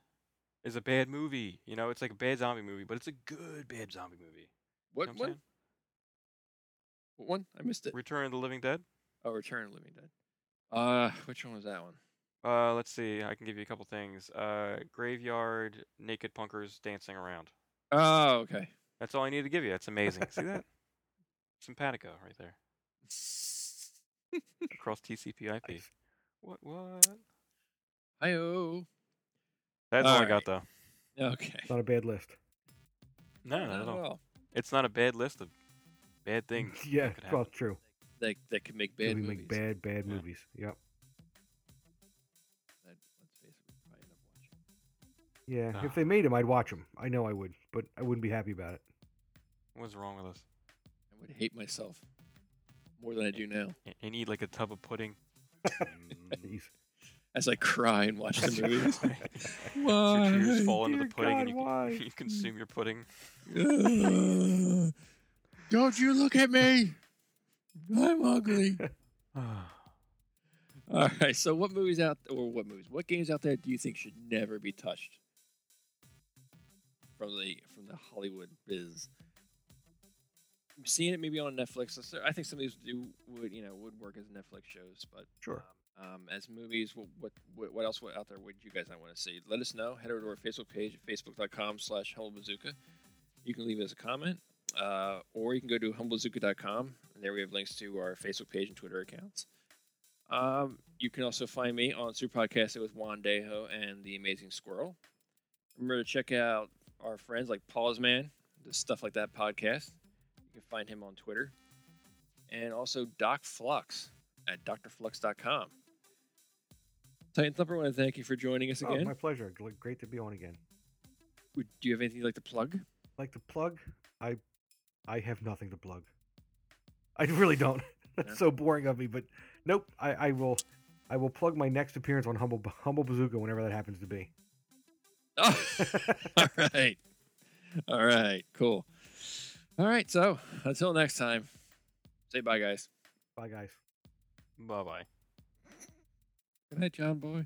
S2: is a bad movie. You know, it's like a bad zombie movie, but it's a good bad zombie movie. You
S1: What
S2: know what I'm
S1: one?
S2: saying?
S1: What one? I missed it.
S2: Return of the Living Dead.
S1: Oh, Return of the Living Dead. Uh, which one was that one?
S2: Uh, let's see. I can give you a couple things. Uh, graveyard, naked punkers dancing around.
S1: Oh, okay.
S2: That's all I need to give you. That's amazing. see that? Simpatico right there. Across TCP/IP.
S3: Nice.
S2: What? What?
S1: Hi oh.
S2: That's all, I got
S1: Alright.
S2: though.
S1: Okay.
S3: it's not a bad list.
S2: No,
S1: Not
S2: not at
S1: at
S2: all.
S1: all.
S2: It's not a bad list of bad things.
S3: <laughs> yeah,
S2: could
S3: well,
S2: happen.
S3: true.
S1: That that could make
S3: Did
S1: bad
S3: we
S1: movies.
S3: make bad, bad
S2: Yeah.
S3: movies. Yep.
S1: That, let's face it, we probably end up watching.
S3: Yeah.
S2: Ah.
S3: If they made them, I'd watch them. I know I would, but I wouldn't be
S1: <laughs>
S3: happy about it.
S2: What's wrong with us?
S1: I would hate myself more than I do now
S2: Y- You need like a tub of pudding. <laughs> Mm.
S3: Jeez.
S1: as I cry and watch
S2: <laughs>
S1: the movies.
S2: Your
S1: Why?
S2: tears fall into the
S3: Dear
S2: pudding, and <laughs>
S3: God,
S2: you,
S3: why?
S2: con- you consume your pudding.
S1: Ugh. <laughs> Don't you look at me? I'm ugly. All right. So, what movies out or what movies? What games out there do you think should never be touched from the from the Hollywood biz? I'm seeing it maybe on Netflix. So I think some of these do would you know would work as Netflix shows, but
S3: Sure.
S1: um, as movies, what what what what else out there would you guys not want to see? Let us know. Head over to our Facebook page at facebook.com/slash humblebazooka. You can leave us a comment, uh, or you can go to humblebazooka.com, and there we have links to our Facebook page and Twitter accounts. Um, you can also find me on Super Podcast with Juan Dejo and the Amazing Squirrel. Remember to check out our friends like Paul's Man, the Stuff Like That podcast. You can find him on Twitter. And also Doc Flux at drflux.com. Titan Thumper, I want to thank you for joining us
S3: Oh,
S1: again.
S3: my pleasure. Gl- Great to be on again.
S1: Would- Do you have anything you'd like to
S3: <laughs>
S1: plug? <laughs>
S3: Like the plug, I, I have nothing to plug. I really don't. <laughs> That's
S1: Yeah.
S3: so boring of me, but nope. I, I will, I will plug my next appearance on Humble Humble Bazooka whenever that happens to be. <laughs>
S1: Oh, <laughs> all right. All right. Cool. All right. So until next time, say bye, guys.
S3: Bye, guys.
S2: bye bye.
S1: Good night, John Boy.